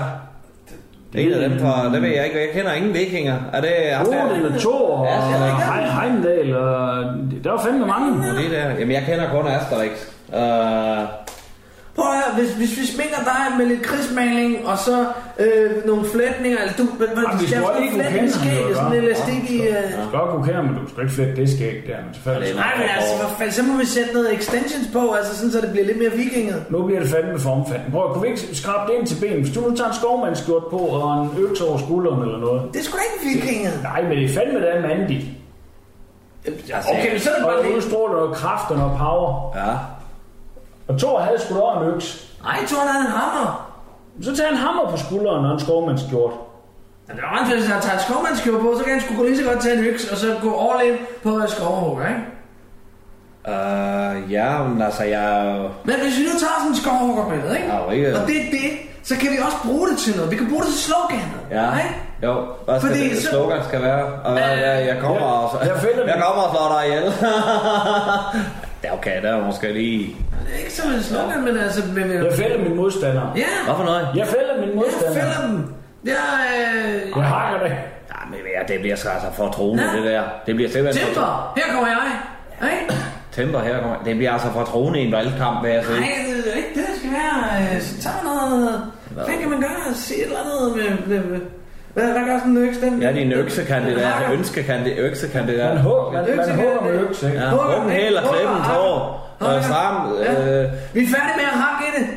Det er en af dem fra... Det ved jeg ikke. Jeg kender ingen vikinger. Er det... Odin og Thor og Ja, det er rigtigt. He- Heimdall, og der var fandme mange. Det der. Jamen, jeg kender kun Asterix. Uh, Prøv at høre, hvis, hvis vi sminker dig med lidt krigsmaling og så øh, nogle flætninger, altså du, hvad, hvad, Jamen, vi skal tror have sådan en ikke, hun kender flætning ham, skæg, eller sådan hvad? en elastik i... Øh. Du skal godt kunne kende, men du skal ikke flette det skæg der, men selvfølgelig. Nej, men altså, for fanden, så må vi sætte noget extensions på, altså sådan, så det bliver lidt mere vikinget. Nu bliver det fandme for omfattende. Prøv, at- kunne vi ikke skrabe det ind til benet? Hvis du nu tager en skovmandskjort på og en økse over skulderen eller noget. Det er sgu da ikke vikinget. Nej, men det er fandme da mandigt. Okay, men så er det bare Og det. udstråler noget kraft og noget power. Ja. Og Thor havde sgu da også en økse. Nej, Thor havde en hammer. Så tager han hammer på skulderen og en skovmandskjort. Men det er rent, hvis han tager et skovmandskjort på, så kan han sgu lige så godt tage en øks, og så gå all in på øh, skovhugger, ikke? uh, ja, men altså, jeg... er jo- Men hvis vi nu tager sådan en skovhuggerbillede, ikke? Jeg er jo ikke... Og det er det, så kan vi også bruge det til noget. Vi kan bruge det til sloganet, Ja, ikke? jo. Hvad skal Fordi det, så- slogan skal være? Og hvad, jeg, jeg kommer Ja, og... jeg finder jeg den. kommer og slår dig ihjel. det er okay, det er måske lige... Ikke som en slogan, men altså... Men, Jeg fælder min modstander. ja, Hvad for noget? Jeg fælder min jeg modstander. fælder dem. Jeg, øh, Jeg hakker det. Ja, men ved jeg, det bliver sgu altså for troende, Ja. det der. Det bliver simpelthen... Timber, For, her kommer jeg. Ikke? temper her kommer... Det bliver altså for troende i en valgkamp, vil jeg sige. Nej, det er ikke det, der skal være. Øh, Så tager noget... Hvad kan man gøre? Se et eller andet med... med, med hvad, hvad gør sådan en øks? Den, Ja, det er en øksekandidat, Den altså hakker. ønsekandidat, Man øksekandidat. hugger, man, man hugger med økse, ikke? Ja, Hugger, huggen ikke? hæl og Hugger, klemmen hakker. tår. Hakker. Og sammen... Øh, Vi er færdige med at hakke i det.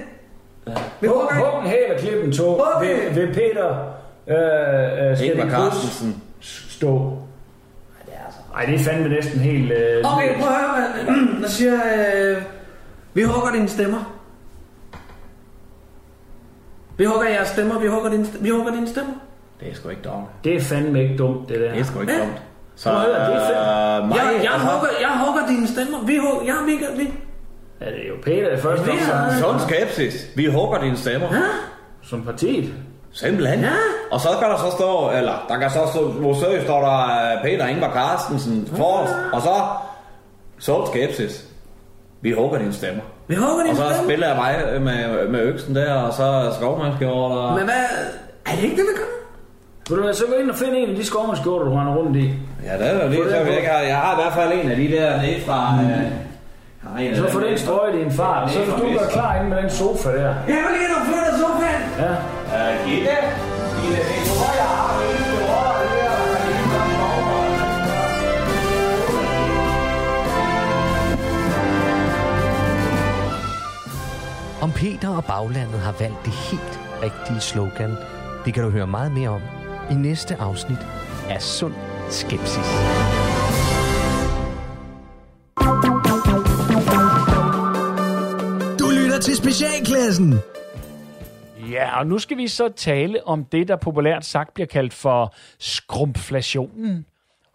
Vi Hug, hugger ikke. hug en hæl og klip en tå. Hugger. Ved, ved Peter øh, øh, Ingvar Skænding Krus Carstensen. stå. Ej, det er fandme næsten helt... Øh, Okay, prøv at høre, hvad der siger... Øh, vi hugger dine stemmer. Vi hugger jeres stemmer, vi hugger dine, st- vi hugger dine stemmer. Det er sgu ikke dårligt. Det er fandme ikke dumt, det der. Det er sgu ikke Ja. dumt. Så, Prøv at høre, det er fedt. øh, mig, Jeg, jeg, altså, hugger, jeg hugger dine stemmer. Vi hugger, jeg, vi, vi. Ja, det er jo Peter i første Ja, det er omgang. han. Sund skepsis. Vi hugger dine stemmer. Ja, Som partiet. Simpelthen. Ja. Og så kan der så stå, eller der kan så stå, måske står der øh, Peter Ingvar Carstensen forrest, og så sort skepsis. Vi hugger dine stemmer. vi hugger Og dine så stemmer. spiller jeg mig øh, med, med øksen der, og så skovmandskjort, og... Men hvad... Er det ikke det, vi gør? Vil du hvad, så gå ind og finde en af de skovmandskjorter, du render rundt i. Ja, det er jo lige, Få så den jeg på. ikke har, jeg har i hvert fald en af de der nede fra... Mm. Øh, jeg har en af Så dem får nede den fra- strøget i en fart. Ja, Så det er hvis du fra gør klar inde med den sofa der. Jeg vil ind og flytte sofaen. Ja. Øh, Gitte, Gitte, det er jo, hvor jeg har ønsket over det her, og kan lige komme over. Om Peter og baglandet har valgt det helt rigtige slogan, det kan du høre meget mere om i næste afsnit af Sund Skepsis. Du lytter til Specialklassen. Ja, og nu skal vi så tale om det, der populært sagt bliver kaldt for skrumflationen.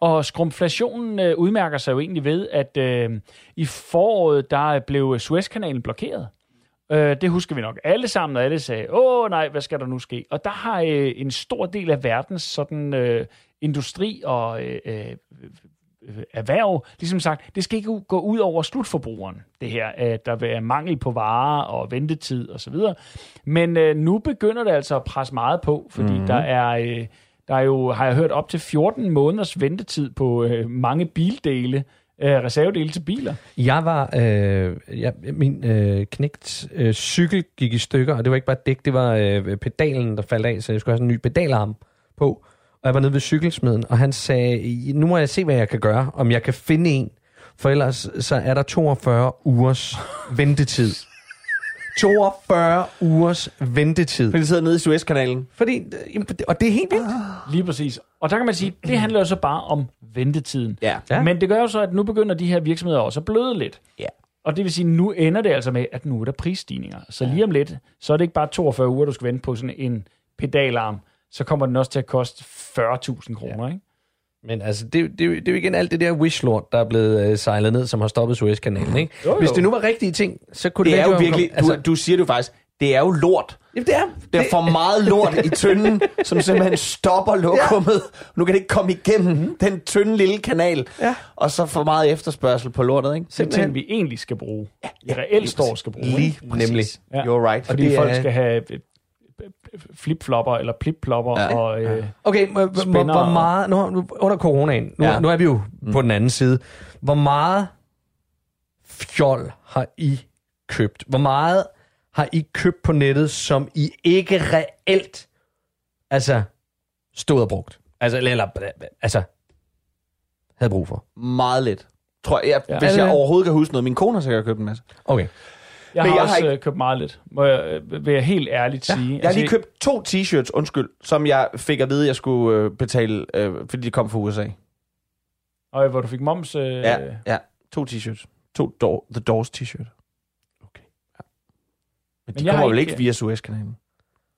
Og skrumflationen øh, udmærker sig jo egentlig ved, at øh, i foråret, der blev Suezkanalen blokeret. Øh, det husker vi nok alle sammen, og alle sagde, åh nej, hvad skal der nu ske? Og der har øh, en stor del af verdens sådan, øh, industri og øh, øh, øh, erhverv, ligesom sagt, det skal ikke gå ud over slutforbrugeren, det her, at der vil være mangel på varer og ventetid osv. Men øh, nu begynder det altså at presse meget på, fordi mm-hmm. Mhm. der er... Øh, der er jo, har jeg hørt, op til 14 måneders ventetid på øh, mange bildele, øh, reservedele til biler. Jeg var, øh, jeg, min øh, knægt øh, cykel gik i stykker, og det var ikke bare et dæk, det var øh, pedalen, der faldt af, så jeg skulle have sådan en ny pedalarm på. Og jeg var nede ved cykelsmeden, og han sagde, nu må jeg se, hvad jeg kan gøre, om jeg kan finde en, for ellers så er der 42 ugers ventetid. 42 ugers ventetid. Fordi de sidder nede i Suezkanalen. Fordi, og det er helt vildt. Ah. Lige præcis. Og der kan man sige, det handler jo så bare om ventetiden. Mm. Ja. ja. Men det gør jo så, at nu begynder de her virksomheder også at bløde lidt. Ja. Og det vil sige, nu ender det altså med, at nu er der prisstigninger. Så lige om lidt, så er det ikke bare 42 uger, du skal vente på sådan en pedalarm. Så kommer den også til at koste 40.000 kroner, ja. ikke? Men altså, det, er jo- det, er jo- det er jo igen alt det der wishlord, der er blevet øh, sejlet ned, som har stoppet Suezkanalen, ikke? Mm. Jo, jo. Hvis det nu var rigtige ting, så kunne det, det er være, altså, at jo vi var virkelig, kommet- du, du siger det jo faktisk, det er jo lort. Jamen, det er. Der er for meget lort i tynden, Mm, som simpelthen stopper lokummet. Nu kan det ikke komme igennem den tynde lille kanal. Mhm. Ja. Og så for meget efterspørgsel på lortet, ikke? Det er ting, vi egentlig skal bruge. Ja, ja, reelt står skal bruge. Lige ikke? nemlig. You're right. Fordi Og det folk er- skal have øh, flipflopper eller plipplopper ja. og øh, Okay, hvor- hvor, spændere hvor og- meget... Nu, nu, under coronaen, nu, Ja. ja. nu er vi jo på den anden side. Hvor meget fjol har I købt? Hvor meget har I købt på nettet, som I ikke reelt altså, stod og brugt? Altså, eller, eller altså, havde brug for? Meget lidt. Tror jeg, Ja. jeg hvis Er det jeg det? overhovedet kan huske noget. Min kone har sikkert købt en masse. Okay. Jeg Men har jeg også har ikke... købt meget lidt, må jeg, øh, vil jeg helt ærligt ja, sige. Altså, Jeg har lige købt to t-shirts, undskyld, som jeg fik at vide, jeg skulle øh, betale, øh, fordi de kom fra USA. Og hvor du fik moms... Øh, Ja, ja. To t-shirts. To door, The Doors t-shirt. Okay. Ja. Men, Men Men de jeg har kommer vel ikke- ikke via Suezkanalen?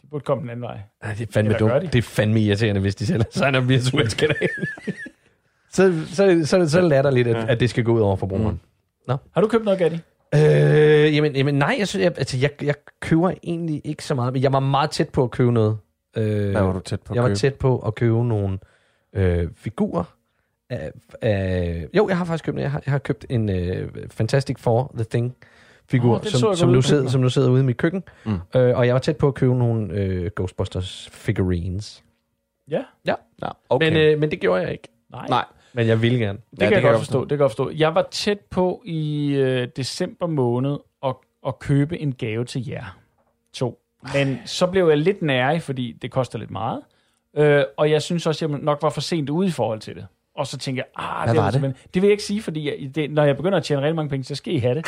De burde komme den anden vej. Ej, det er fandme Eller gør dumt. de? De? Det er fandme irriterende, hvis de sælger sig, når vi er Suezkanalen. så, så, så, så latterligt, at, ja. at det skal gå ud over forbrugeren. Mm. Har du købt noget, Gatti? Øh, jamen, jamen, nej, jeg, synes, jeg, altså, jeg, jeg køber egentlig ikke så meget, men jeg var meget tæt på at købe noget. Øh, Hvad var du tæt på at Jeg var købe? tæt på at købe nogle øh, figurer. Af, af, jo, jeg har faktisk købt, jeg har, jeg har købt en øh, Fantastic Four The Thing figur, Åh, oh, den så som, jeg som, godt nu ud. sidder, som nu sidder ude i mit køkken. Mm. Øh, og jeg var tæt på at købe nogle øh, Ghostbusters figurines. Ja. Ja. Nå, okay. Men, øh, men det gjorde jeg ikke. Nej. Nej. Men jeg ville gerne. Det, ja, kan, det jeg kan jeg godt forstå. Det kan jeg godt forstå. Jeg var tæt på i øh, december måned at, at købe en gave til jer to. Men så blev jeg lidt nærig, fordi det koster lidt meget. Øh, og jeg synes også, at jeg nok var for sent ude i forhold til det. Og så tænkte jeg, ah, Hvad det, er var det? simpelthen- det vil jeg ikke sige, fordi jeg, det, når jeg begynder at tjene rigtig mange penge, så skal I have det.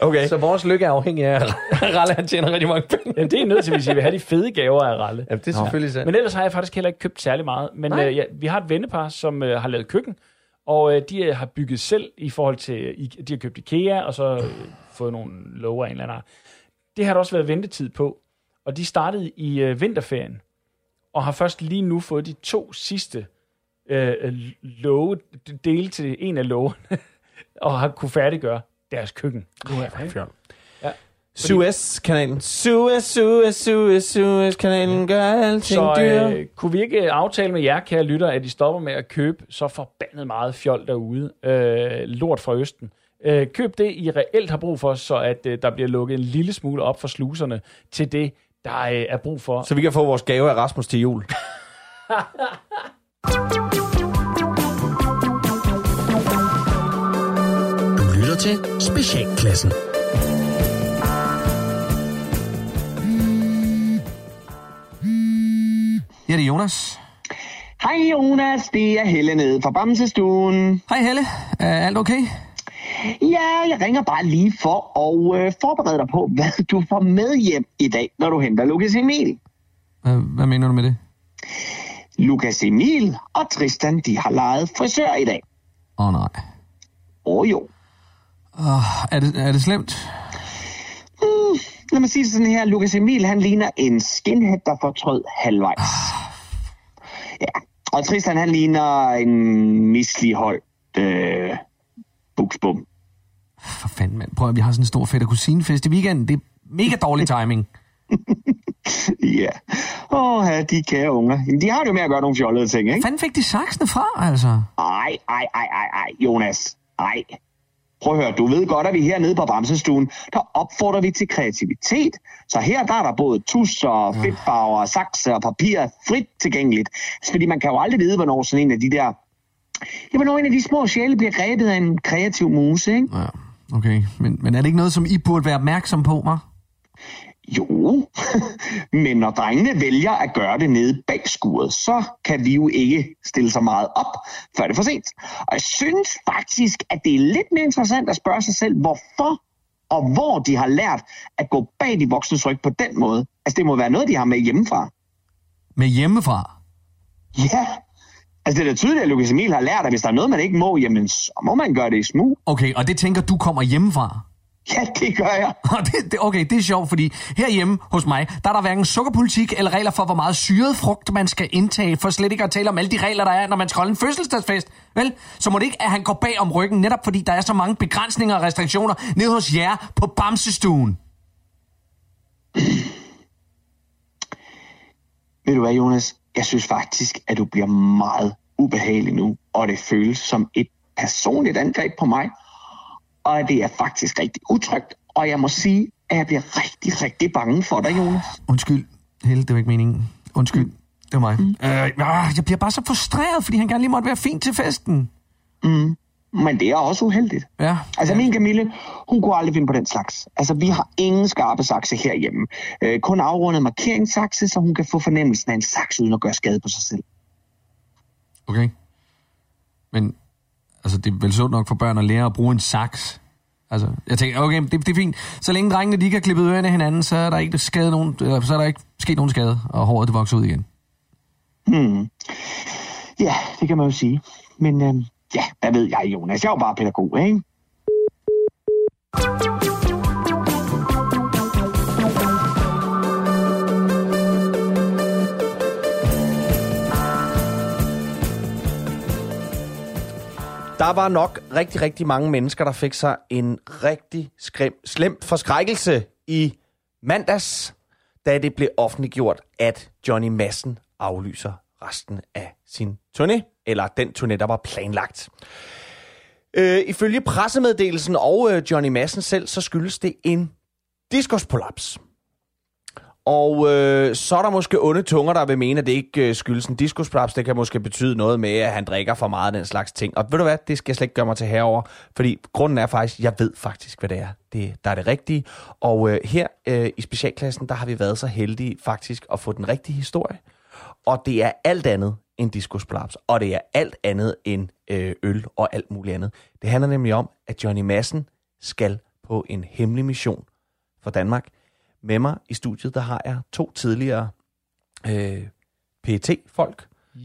Okay. Så vores lykke er afhængig af, at Ralle han tjener rigtig mange penge. Jamen, det er I nødt til, hvis I vil have de fede gaver af Ralle. Jamen, det er selvfølgelig sandt. Men ellers har jeg faktisk heller ikke købt særlig meget. Men Nej. øh, ja, vi har et vennepar, som øh, har lavet køkken, og øh, de øh, har bygget selv i forhold til... Øh, I- de har købt IKEA, og så øh, fået nogle lover af en eller anden art. Det har der også været ventetid på. Og de startede i øh, vinterferien, og har først lige nu fået de to sidste øh, øh, love, dele til en af lovene, og har kunne færdiggøre deres køkken. Nu er jeg fjol. Ja. Suezkanalen. Suez, Suez, Suez, Suezkanalen gør alting Så dyrere. øh, kunne vi ikke aftale med jer, kære lytter, at I stopper med at købe så forbandet meget fjol derude, øh, lort fra Østen. Øh, køb det, I reelt har brug for, så at øh, der bliver lukket en lille smule op for sluserne til det, der øh, er brug for. Så vi kan få vores gave af Rasmus til jul. Du lytter til Specialklassen. Ja, det er Jonas. Hej Jonas, det er Helle nede fra Bamsestuen. Hej Helle, er alt okay? Ja, jeg ringer bare lige for at øh, forberede dig på, hvad du får med hjem i dag, når du henter Lukas Emil. Øh, Hvad, hvad mener du med det? Lukas Emil og Tristan, de har lejet frisør i dag. Åh oh, nej. Åh oh, jo. Uh, er, det, er det slemt? Mm, lad mig sige det sådan her, Lukas Emil, han ligner en skinhead, der fortrød halvvejs. Ah. Ja, og Tristan, han ligner en misligeholdt øh, buksbum. For fanden, mand. Prøv at vi har sådan en stor fætter kusinefest i weekenden. Det er mega dårlig timing. Ja, Åh, ja, de kære unger. Jamen, de har det jo med at gøre nogle fjollede ting, ikke? Fanden fik de saksene fra, altså? Ej, ej, ej, ej, ej, Jonas. Ej. Prøv at høre, du ved godt, at vi hernede på Bamsestuen, der opfordrer vi til kreativitet. Så her der er der både tus og Ah. fedtfarver og sakse og papir frit tilgængeligt. Fordi man kan jo aldrig vide, hvornår sådan en af de der... Ja, hvornår en af de små sjæle bliver grebet af en kreativ muse, ikke? Ja, okay. Men, men er det ikke noget, som I burde være opmærksom på, var? Jo, men når drengene vælger at gøre det nede bag skuret, så kan vi jo ikke stille så meget op, før det er for sent. Og jeg synes faktisk, at det er lidt mere interessant at spørge sig selv, hvorfor og hvor de har lært at gå bag de voksnes ryg på den måde. Altså, det må være noget, de har med hjemmefra. Med hjemmefra? Ja, altså det er da tydeligt, at Lukas Emil har lært, at hvis der er noget, man ikke må, jamen, så må man gøre det i smug. Okay, og det tænker du kommer hjemmefra? Ja, det gør jeg. det, det, okay, det er sjovt, fordi herhjemme hos mig, der er der hverken sukkerpolitik eller regler for, hvor meget syret frugt man skal indtage, for slet ikke at tale om alle de regler, der er, når man skal holde en fødselsdagsfest. Vel, så må det ikke, at han går bag om ryggen, netop fordi der er så mange begrænsninger og restriktioner nede hos jer på Bamsestuen. Ved du hvad, Jonas? Jeg synes faktisk, at du bliver meget ubehagelig nu, og det føles som et personligt angreb på mig, og det er faktisk rigtig utrygt, og jeg må sige, at jeg bliver rigtig, rigtig bange for dig, Jonas. Undskyld, Helle, det var ikke meningen. Undskyld, det var mig. Mm. Øh, ah, jeg bliver bare så frustreret, fordi han gerne lige måtte være fin til festen. Mm. Men det er også uheldigt. Ja. Altså min Camille, hun kunne aldrig finde på den slags. Altså vi har ingen skarpe sakse herhjemme. Øh, kun afrundet markeringssakse, så hun kan få fornemmelsen af en saks, uden at gøre skade på sig selv. Okay. Men altså, det er vel sundt nok for børn at lære at bruge en saks. Altså, jeg tænker, okay, det, det er fint. Så længe drengene de ikke har klippet ørerne af hinanden, så er der ikke, skade nogen, eller, så er der ikke sket nogen skade, og håret det vokser ud igen. Hmm. Ja, det kan man jo sige. Men øh, ja, hvad ved jeg, Jonas? Jeg er jo bare pædagog, ikke? Der var nok rigtig, rigtig mange mennesker, der fik sig en rigtig skrim, slem forskrækkelse i mandags, da det blev offentliggjort, at Johnny Massen aflyser resten af sin turné, eller den turné, der var planlagt. Øh, ifølge pressemeddelelsen og øh, Johnny Massen selv, så skyldes det en diskusprolaps. Og øh, så er der måske onde tunger, der vil mene, at det ikke øh, skyldes en diskusprolaps. Det kan måske betyde noget med, at han drikker for meget af den slags ting. Og ved du hvad, det skal jeg slet ikke gøre mig til herover, fordi grunden er faktisk, jeg ved faktisk, hvad det er, det, der er det rigtige. Og øh, her øh, i specialklassen, der har vi været så heldige faktisk at få den rigtige historie. Og det er alt andet end diskusprolaps, og det er alt andet end øh, øl og alt muligt andet. Det handler nemlig om, at Johnny Massen skal på en hemmelig mission for Danmark. Med mig i studiet, der har jeg to tidligere øh, pt folk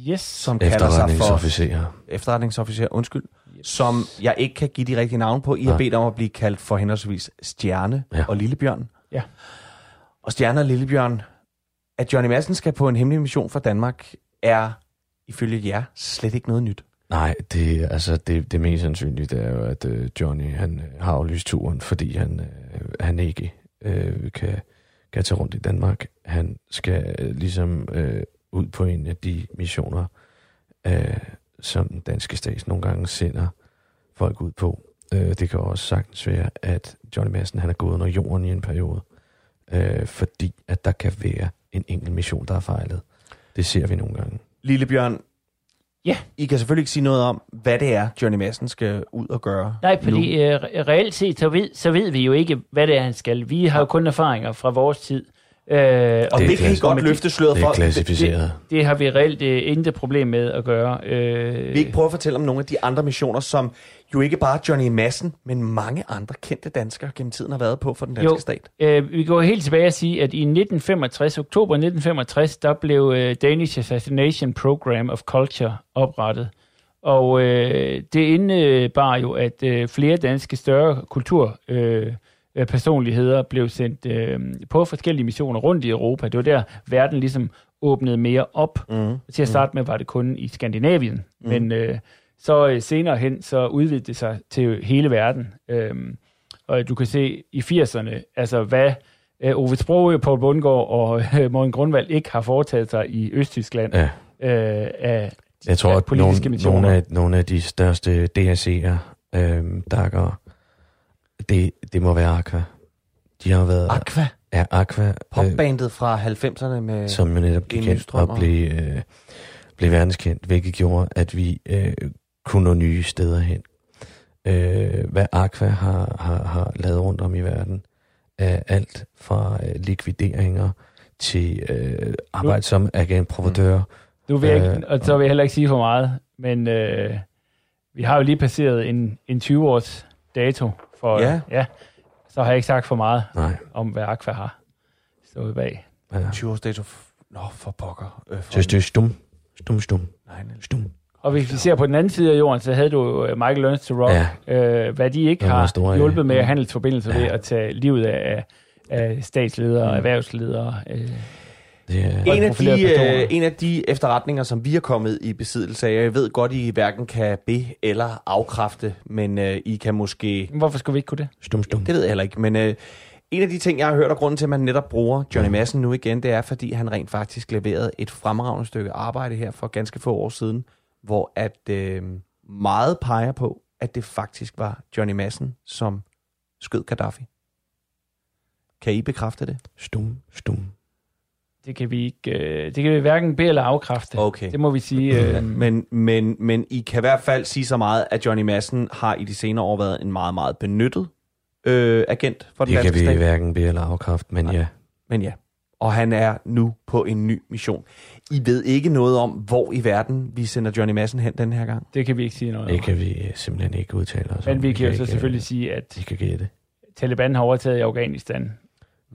Yes. som kalder sig for... Efterretningsofficerer. Efterretningsofficer, undskyld. Som jeg ikke kan give de rigtige navne på. I har Nej. bedt om at blive kaldt for henholdsvis Stjerne ja. og Lillebjørn. Ja. Og Stjerne og Lillebjørn, at Johnny Madsen skal på en hemmelig mission for Danmark, er ifølge jer slet ikke noget nyt. Nej, det, altså det, det mest sandsynlige det er jo, at øh, Johnny han øh, har aflyst turen, fordi han, øh, han ikke øh, kan, kan tage rundt i Danmark. Han skal øh, ligesom øh, ud på en af de missioner, øh, som den danske stat nogle gange sender folk ud på. Øh, det kan også sagtens være, at Johnny Madsen han er gået under jorden i en periode, øh, fordi at der kan være en enkelt mission, der er fejlet. Det ser vi nogle gange. Lillebjørn, Ja. I kan selvfølgelig ikke sige noget om, hvad det er, Johnny Madsen skal ud og gøre. Nej, nu. fordi øh, re- reelt set, så ved, så ved vi jo ikke, hvad det er, han skal. Vi har jo kun erfaringer fra vores tid. Øh, og det, det kan I godt løfte sløret Det er for. klassificeret. Det, det, det har vi reelt øh, intet problem med at gøre. Øh, Vi ikke prøve at fortælle om nogle af de andre missioner, som jo ikke bare Johnny Madsen, men mange andre kendte danskere gennem tiden har været på for den danske jo, stat. Øh, vi går helt tilbage og sige, at i 1965, oktober 1965, der blev øh, Danish Assassination Program of Culture oprettet. Og øh, det indebar jo, at øh, flere danske større kulturpersonligheder øh, øh, personligheder blev sendt øh, på forskellige missioner rundt i Europa. Det var der, verden ligesom åbnede mere op. Mm. Til at starte med var det kun i Skandinavien, Mm. mm. men øh, så øh, senere hen, så udvidede det sig til hele verden. Øhm, og du kan se i 80'erne, altså hvad øh, Ove Sprogø, Poul Bundgaard og øh, Morten Grundvald ikke har foretaget sig i Østtyskland Ja. øh, af, Jeg tror, af at nogle, politiske missioner. nogle, af, nogle af de største DSC'er, øh, dakker, det, det må være Aqua. De har været... Aqua? Ja, Aqua. Øh, Popbandet fra 90'erne med... som jo netop gik Lene hen Nystrøm og blev, øh, blev verdenskendt, hvilket gjorde, at vi øh, kunne nå nye steder hen. Øh, hvad Aqua har, har, har lavet rundt om i verden, er alt fra øh, likvideringer til øh, arbejde som agent provokatør. Nu vil jeg Øh, ikke, og så vil jeg heller ikke sige for meget, men øh, vi har jo lige passeret en, en 20-års dato for... Ja. ja. Så har jeg ikke sagt for meget Nej. om, hvad Aqua har stået bag. Ja. 20 års dato. Nå, for pokker. Øh, for Synes det er stum, stum, stum. Og hvis vi ser på den anden side af jorden, så havde du jo, øh, Michael Learns to Rock, ja. øh, hvad de ikke Det var har store, hjulpet med ja. at handelsforbindelser ja. ved at tage livet af, af statsledere, Mm. erhvervsledere. Øh, det En af, de, øh, en af de efterretninger, som vi er kommet i besiddelse af, jeg ved godt, I hverken kan be- eller afkræfte, men øh, I kan måske... Hvorfor skulle vi ikke kunne det? Stum, stum. Det ved jeg heller ikke, men øh, en af de ting, jeg har hørt, og grunden til, at man netop bruger Mm. Johnny Madsen nu igen, det er, fordi han rent faktisk leverede et fremragende stykke arbejde her for ganske få år siden, hvor at øh, meget peger på, at det faktisk var Johnny Madsen, som skød Gaddafi. Kan I bekræfte det? Stum, stum. det kan vi ikke, øh, det kan vi hverken bede eller afkræfte. Okay. Det må vi sige. Øh, Men, men, men I kan i hvert fald sige så meget, at Johnny Madsen har i de senere år været en meget, meget benyttet øh, agent for den Det kan danske vi stat. hverken bede eller afkræfte, men ja. Men ja, og han er nu på en ny mission. I ved ikke noget om, hvor i verden vi sender Johnny Madsen hen den her gang? Det kan vi ikke sige noget om. Det kan vi øh, simpelthen ikke udtale os om. Men vi kan jo så ikke, selvfølgelig sige, at øh, Vi kan gætte. Taliban har overtaget i Afghanistan.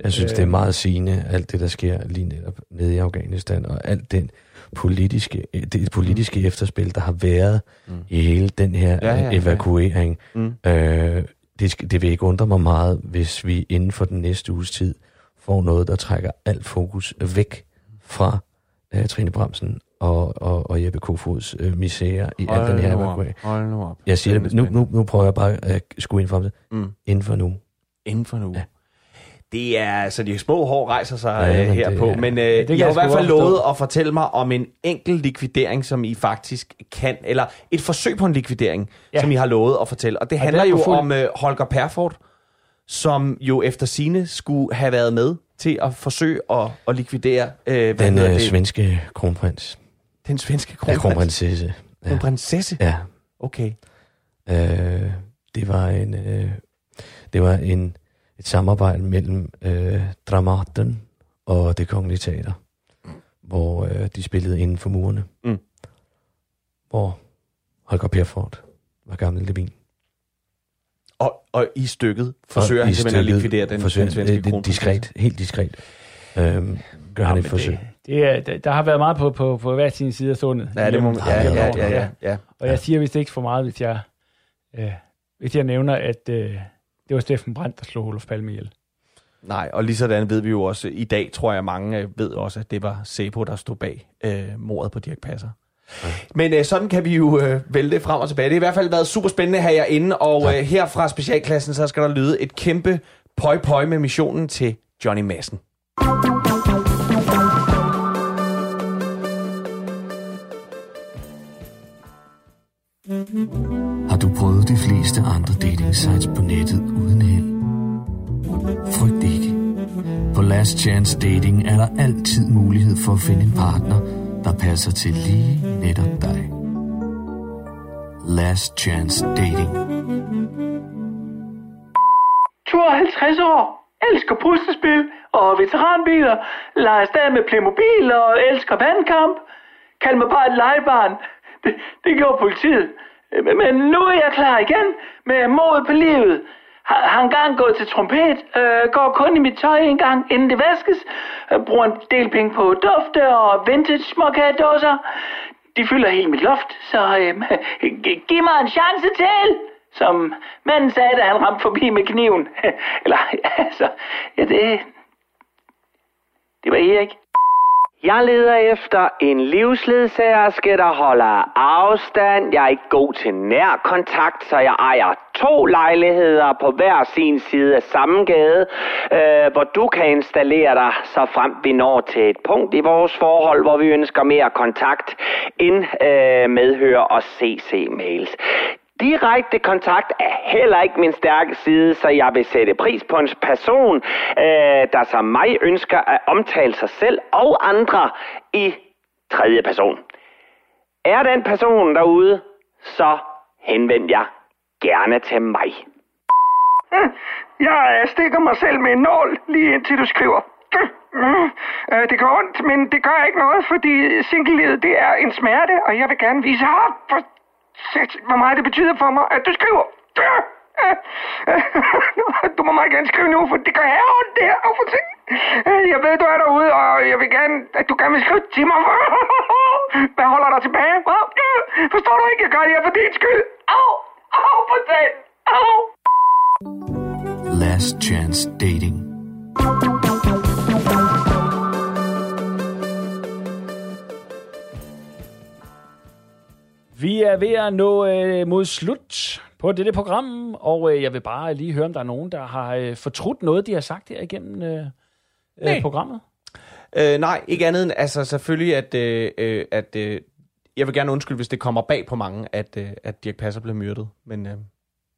Jeg synes, Øh, det er meget sigende, alt det, der sker lige netop nede i Afghanistan, og alt den politiske, øh, det politiske mm. efterspil, der har været mm. i hele den her Ja, ja, ja, ja, ja. evakuering. Mm. Ja. Øh, det, sk- det vil ikke undre mig meget, hvis vi inden for den næste uges tid får noget, der trækker alt fokus væk fra øh, Trine Bremsen og, og, og Jeppe Kofods øh, misære i al Hold den her nu op, evakuering. hold nu op. Jeg siger det, nu, nu, nu prøver jeg bare at skue ind for det. Mm. Inden for nu. Inden for nu. Ja. Det er, altså de små hår rejser sig Ja, ja, men øh, her det- på, men øh, ja, kan det I jeg har i sgu hvert fald godt forstå. lovet at fortælle mig om en enkelt likvidering, som I faktisk kan, eller et forsøg på en likvidering, ja. som I har lovet at fortælle. Og det Og handler den jo er på fuld- om øh, Holger Perfort, som jo efter sine skulle have været med til at forsøge at, at likvidere øh, hvad Den hedder øh, det? svenske kronprins. Den svenske Ja, kronprins. kronprinsesse. Ja. En prinsesse? Ja. Okay. Øh, det var en, øh, det var en, et samarbejde mellem øh, Dramaten og det kongelige teater, hvor øh, de spillede inden for murene. Mm. Hvor Holger Perfort var gammel levin. Og, og i stykket forsøger Og han i simpelthen at stykket likvidere den, forsøger- den svenske det- det er kronprins. diskret, helt diskret. Øhm, gør han et forsøg. Det er, der- der har været meget på, på, på hver sin side af sundet. Ja, det må man- ja, ja, ja, ja, ja. Og jeg siger vist ikke for meget, hvis jeg, øh, hvis jeg nævner, at øh, det var Steffen Brandt, der slog Olof Palme ihjel. Nej, og lige sådan ved vi jo også, i dag tror jeg mange øh, ved også, at det var Sebo, der stod bag øh, mordet på Dirk Passer. Men øh, sådan kan vi jo øh, vælte frem og tilbage. Det har i hvert fald været super spændende her inde, og øh, her fra specialklassen, så skal der lyde et kæmpe pøj-pøj med missionen til Johnny Madsen. Har du prøvet de fleste andre dating sites på nettet uden held? Frygt ikke. På Last Chance Dating er der altid mulighed for at finde en partner, der passer til lige netop dig. Last Chance Dating. 52 år, elsker pustespil og veteranbiler, leger stadig med Playmobil og elsker vandkamp. Kald mig bare et legebarn. Det, det gjorde politiet. Øh, Men nu er jeg klar igen med mod på livet. Har, har engang gået til trompet, øh, går kun i mit tøj en gang, inden det vaskes, øh, bruger en del penge på dufte og vintage småkagedåser. De fylder helt mit loft, så øh, gi- giv mig en chance til! Som manden sagde, da han ramte forbi med kniven. Eller, altså, ja, det... Det var Erik. Jeg leder efter en livsledsagerske, der holder afstand. Jeg er ikke god til nær kontakt, så jeg ejer to lejligheder på hver sin side af samme gade, øh, hvor du kan installere dig, så frem vi når til et punkt i vores forhold, hvor vi ønsker mere kontakt end øh, medhør og CC-mails. Direkte kontakt er heller ikke min stærke side, så jeg vil sætte pris på en person, øh, der som mig ønsker at omtale sig selv og andre i tredje person. Er den person derude, så henvend jer gerne til mig. Mm. Jeg øh, stikker mig selv med en nål, lige indtil du skriver. Mm. Øh, Det gør ondt, men det gør ikke noget, fordi singlelivet det er en smerte, og jeg vil gerne vise ham, for sæt, hvor meget det betyder for mig, at du skriver. Øh, øh, øh, Du må meget gerne skrive nu, for det gør her ondt, det her. Au, for sind- Øh, Jeg ved, du er derude, og jeg vil gerne, at du gerne vil skrive til mig. Hvad holder dig tilbage? Hvad? Øh, Forstår du ikke, jeg gør det her for din skyld? Au, au, for sind. Au. Last Chance Dating. Vi er ved at nå øh, mod slut på dette program, og øh, jeg vil bare lige høre, om der er nogen, der har øh, fortrudt noget, de har sagt her igennem øh, øh, programmet. Øh, nej, ikke andet end altså, selvfølgelig, at, øh, øh, at øh, jeg vil gerne undskylde, hvis det kommer bag på mange, at, øh, at Dirk Passer blev myrdet. Men, øh,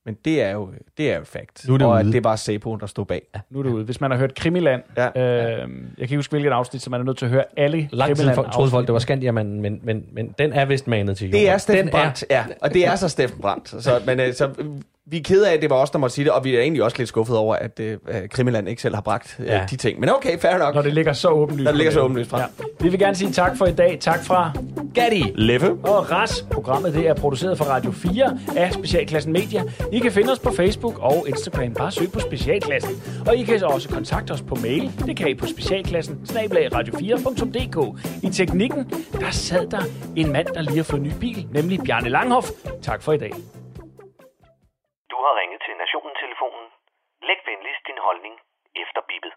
men det er jo det er jo fact. Nu er det og ude. at det var Sebo, der stod bag. Nu er det ude. Hvis man har hørt Krimiland, ja. øh, jeg kan ikke huske, hvilket afsnit, så man er nødt til at høre alle Lang tid for, troede Krimiland-afsnit. folk, det var Skandiamanden, men, men, men den er vist manet til jorden. Det er Steffen Den Brandt, ja. Og det er så Steffen Brandt. Så, men, øh, så øh, vi er kede af, at det var os, der måtte sige det, og vi er egentlig også lidt skuffet over, at øh, Krimiland ikke selv har bragt øh, Ja. de ting. Men okay, fair nok. Når det ligger så åbenlyst. Når det ligger så åbenlyst frem. Ja. Vi vil gerne sige tak for i dag. Tak fra Gatti, Leffe og Ras. Programmet det er produceret for Radio 4 af Specialklassen Media. I kan finde os på Facebook og Instagram. Bare søg på Specialklassen. Og I kan også kontakte os på mail. Det kan I på specialklassen radio4.dk. I teknikken, der sad der en mand, der lige har fået en ny bil, nemlig Bjarne Langhoff. Tak for i dag. Du har ringet til Nationen-telefonen. Læg venligst din holdning efter bippet.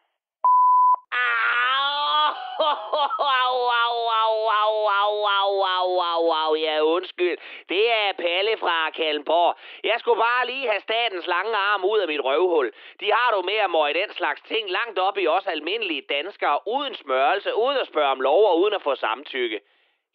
Au, au, au, au, au, au, au, au, au, ja, undskyld. Det er Palle fra Kalmborg. Jeg skulle bare lige have statens lange arm ud af mit røvhul. De har du med at møge den slags ting langt op i os almindelige danskere, uden smørelse, uden at spørge om lov og uden at få samtykke.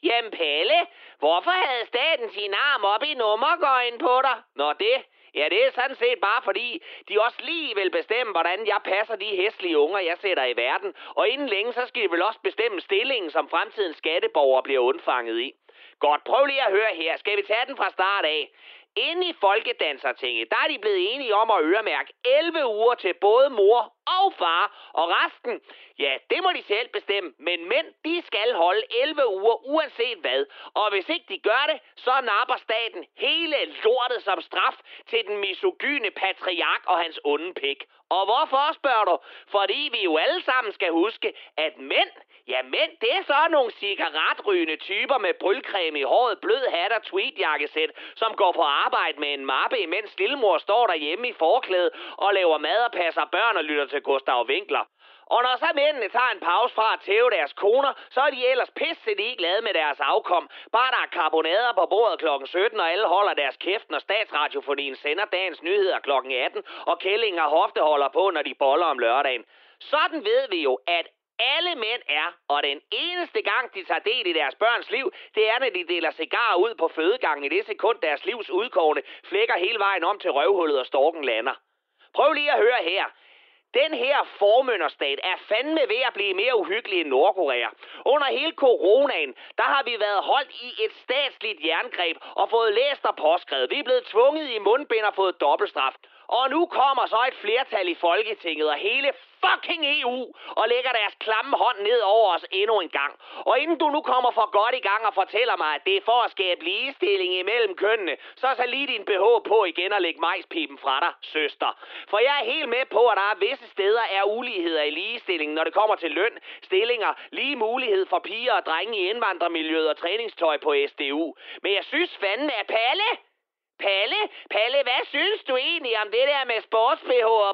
Jamen Palle, hvorfor havde staten sin arm op i nummergøjen på dig? Nå det, ja det er sådan set bare fordi, de også lige vil bestemme, hvordan jeg passer de hæslige unger, jeg sætter i verden. Og inden længe, så skal de vel også bestemme stillingen, som fremtidens skatteborgere bliver undfanget i. Godt, prøv lige at høre her. Skal vi tage den fra start af? Inde i Folkedansertinget, der er de blevet enige om at øremærke 11 uger til både mor og far, og resten, ja, det må de selv bestemme, men mænd, de skal holde 11 uger uanset hvad, og hvis ikke de gør det, så napper staten hele lortet som straf til den misogyne patriark og hans onde pik. Og hvorfor, spørger du? Fordi vi jo alle sammen skal huske, at mænd, ja mænd, det er så nogle cigaretrygende typer med brylcreme i håret, blød hat og tweedjakkesæt, som går på arbejde med en mappe, imens lillemor står derhjemme i forklædet og laver mad og passer børn og lytter til Gustav Winkler. Og når så mændene tager en pause fra at tæve deres koner, så er de ellers pisse de ikke glade med deres afkom. Bare der er karbonader på bordet kl. 17, og alle holder deres kæft, når statsradiofonien sender dagens nyheder kl. 18, og kællinger og hofte holder på, når de boller om lørdagen. Sådan ved vi jo, at alle mænd er, og den eneste gang, de tager del i deres børns liv, det er, når de deler cigarer ud på fødegangen i det sekund, deres livs udkårne flækker hele vejen om til røvhullet, og storken lander. Prøv lige at høre her. Den her formønderstat er fandme ved at blive mere uhyggelig end Nordkorea. Under hele coronaen, der har vi været holdt i et statsligt jerngreb og fået læst og påskrevet. Vi er blevet tvunget i mundbind og fået dobbeltstraf. Og nu kommer så et flertal i Folketinget og hele fucking EU og lægger deres klamme hånd ned over os endnu en gang. Og inden du nu kommer for godt i gang og fortæller mig, at det er for at skabe ligestilling imellem kønnene, så tag lige din BH på igen og læg majspipen fra dig, søster. For jeg er helt med på, at der er visse steder er uligheder i ligestillingen, når det kommer til løn, stillinger, lige mulighed for piger og drenge i indvandrermiljøet og træningstøj på SDU. Men jeg synes fandme, at Palle, Palle, Palle, hvad synes du egentlig om det der med sports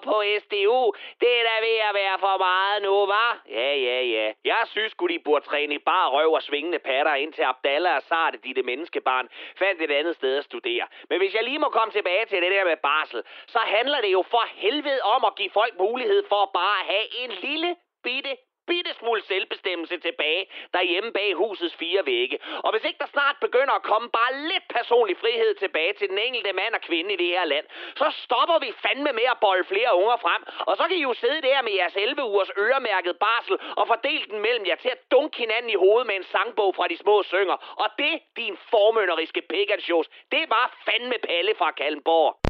på SDU? Det er da ved at være for meget nu, var? Ja, ja, ja. Jeg synes sgu, de burde træne i bare røv og svingende patter ind til Abdallah og Sarte, dit menneskebarn, fandt et andet sted at studere. Men hvis jeg lige må komme tilbage til det der med barsel, så handler det jo for helvede om at give folk mulighed for bare at have en lille bitte bitte smule selvbestemmelse tilbage derhjemme bag husets fire vægge. Og hvis ikke der snart begynder at komme bare lidt personlig frihed tilbage til den enkelte mand og kvinde i det her land, så stopper vi fandme med at bolde flere unger frem, og så kan I jo sidde der med jeres 11 ugers øremærket barsel og fordele den mellem jer til at dunke hinanden i hovedet med en sangbog fra de små synger. Og det, din formønderiske pekansjos, det var fandme Palle fra Kalmborg.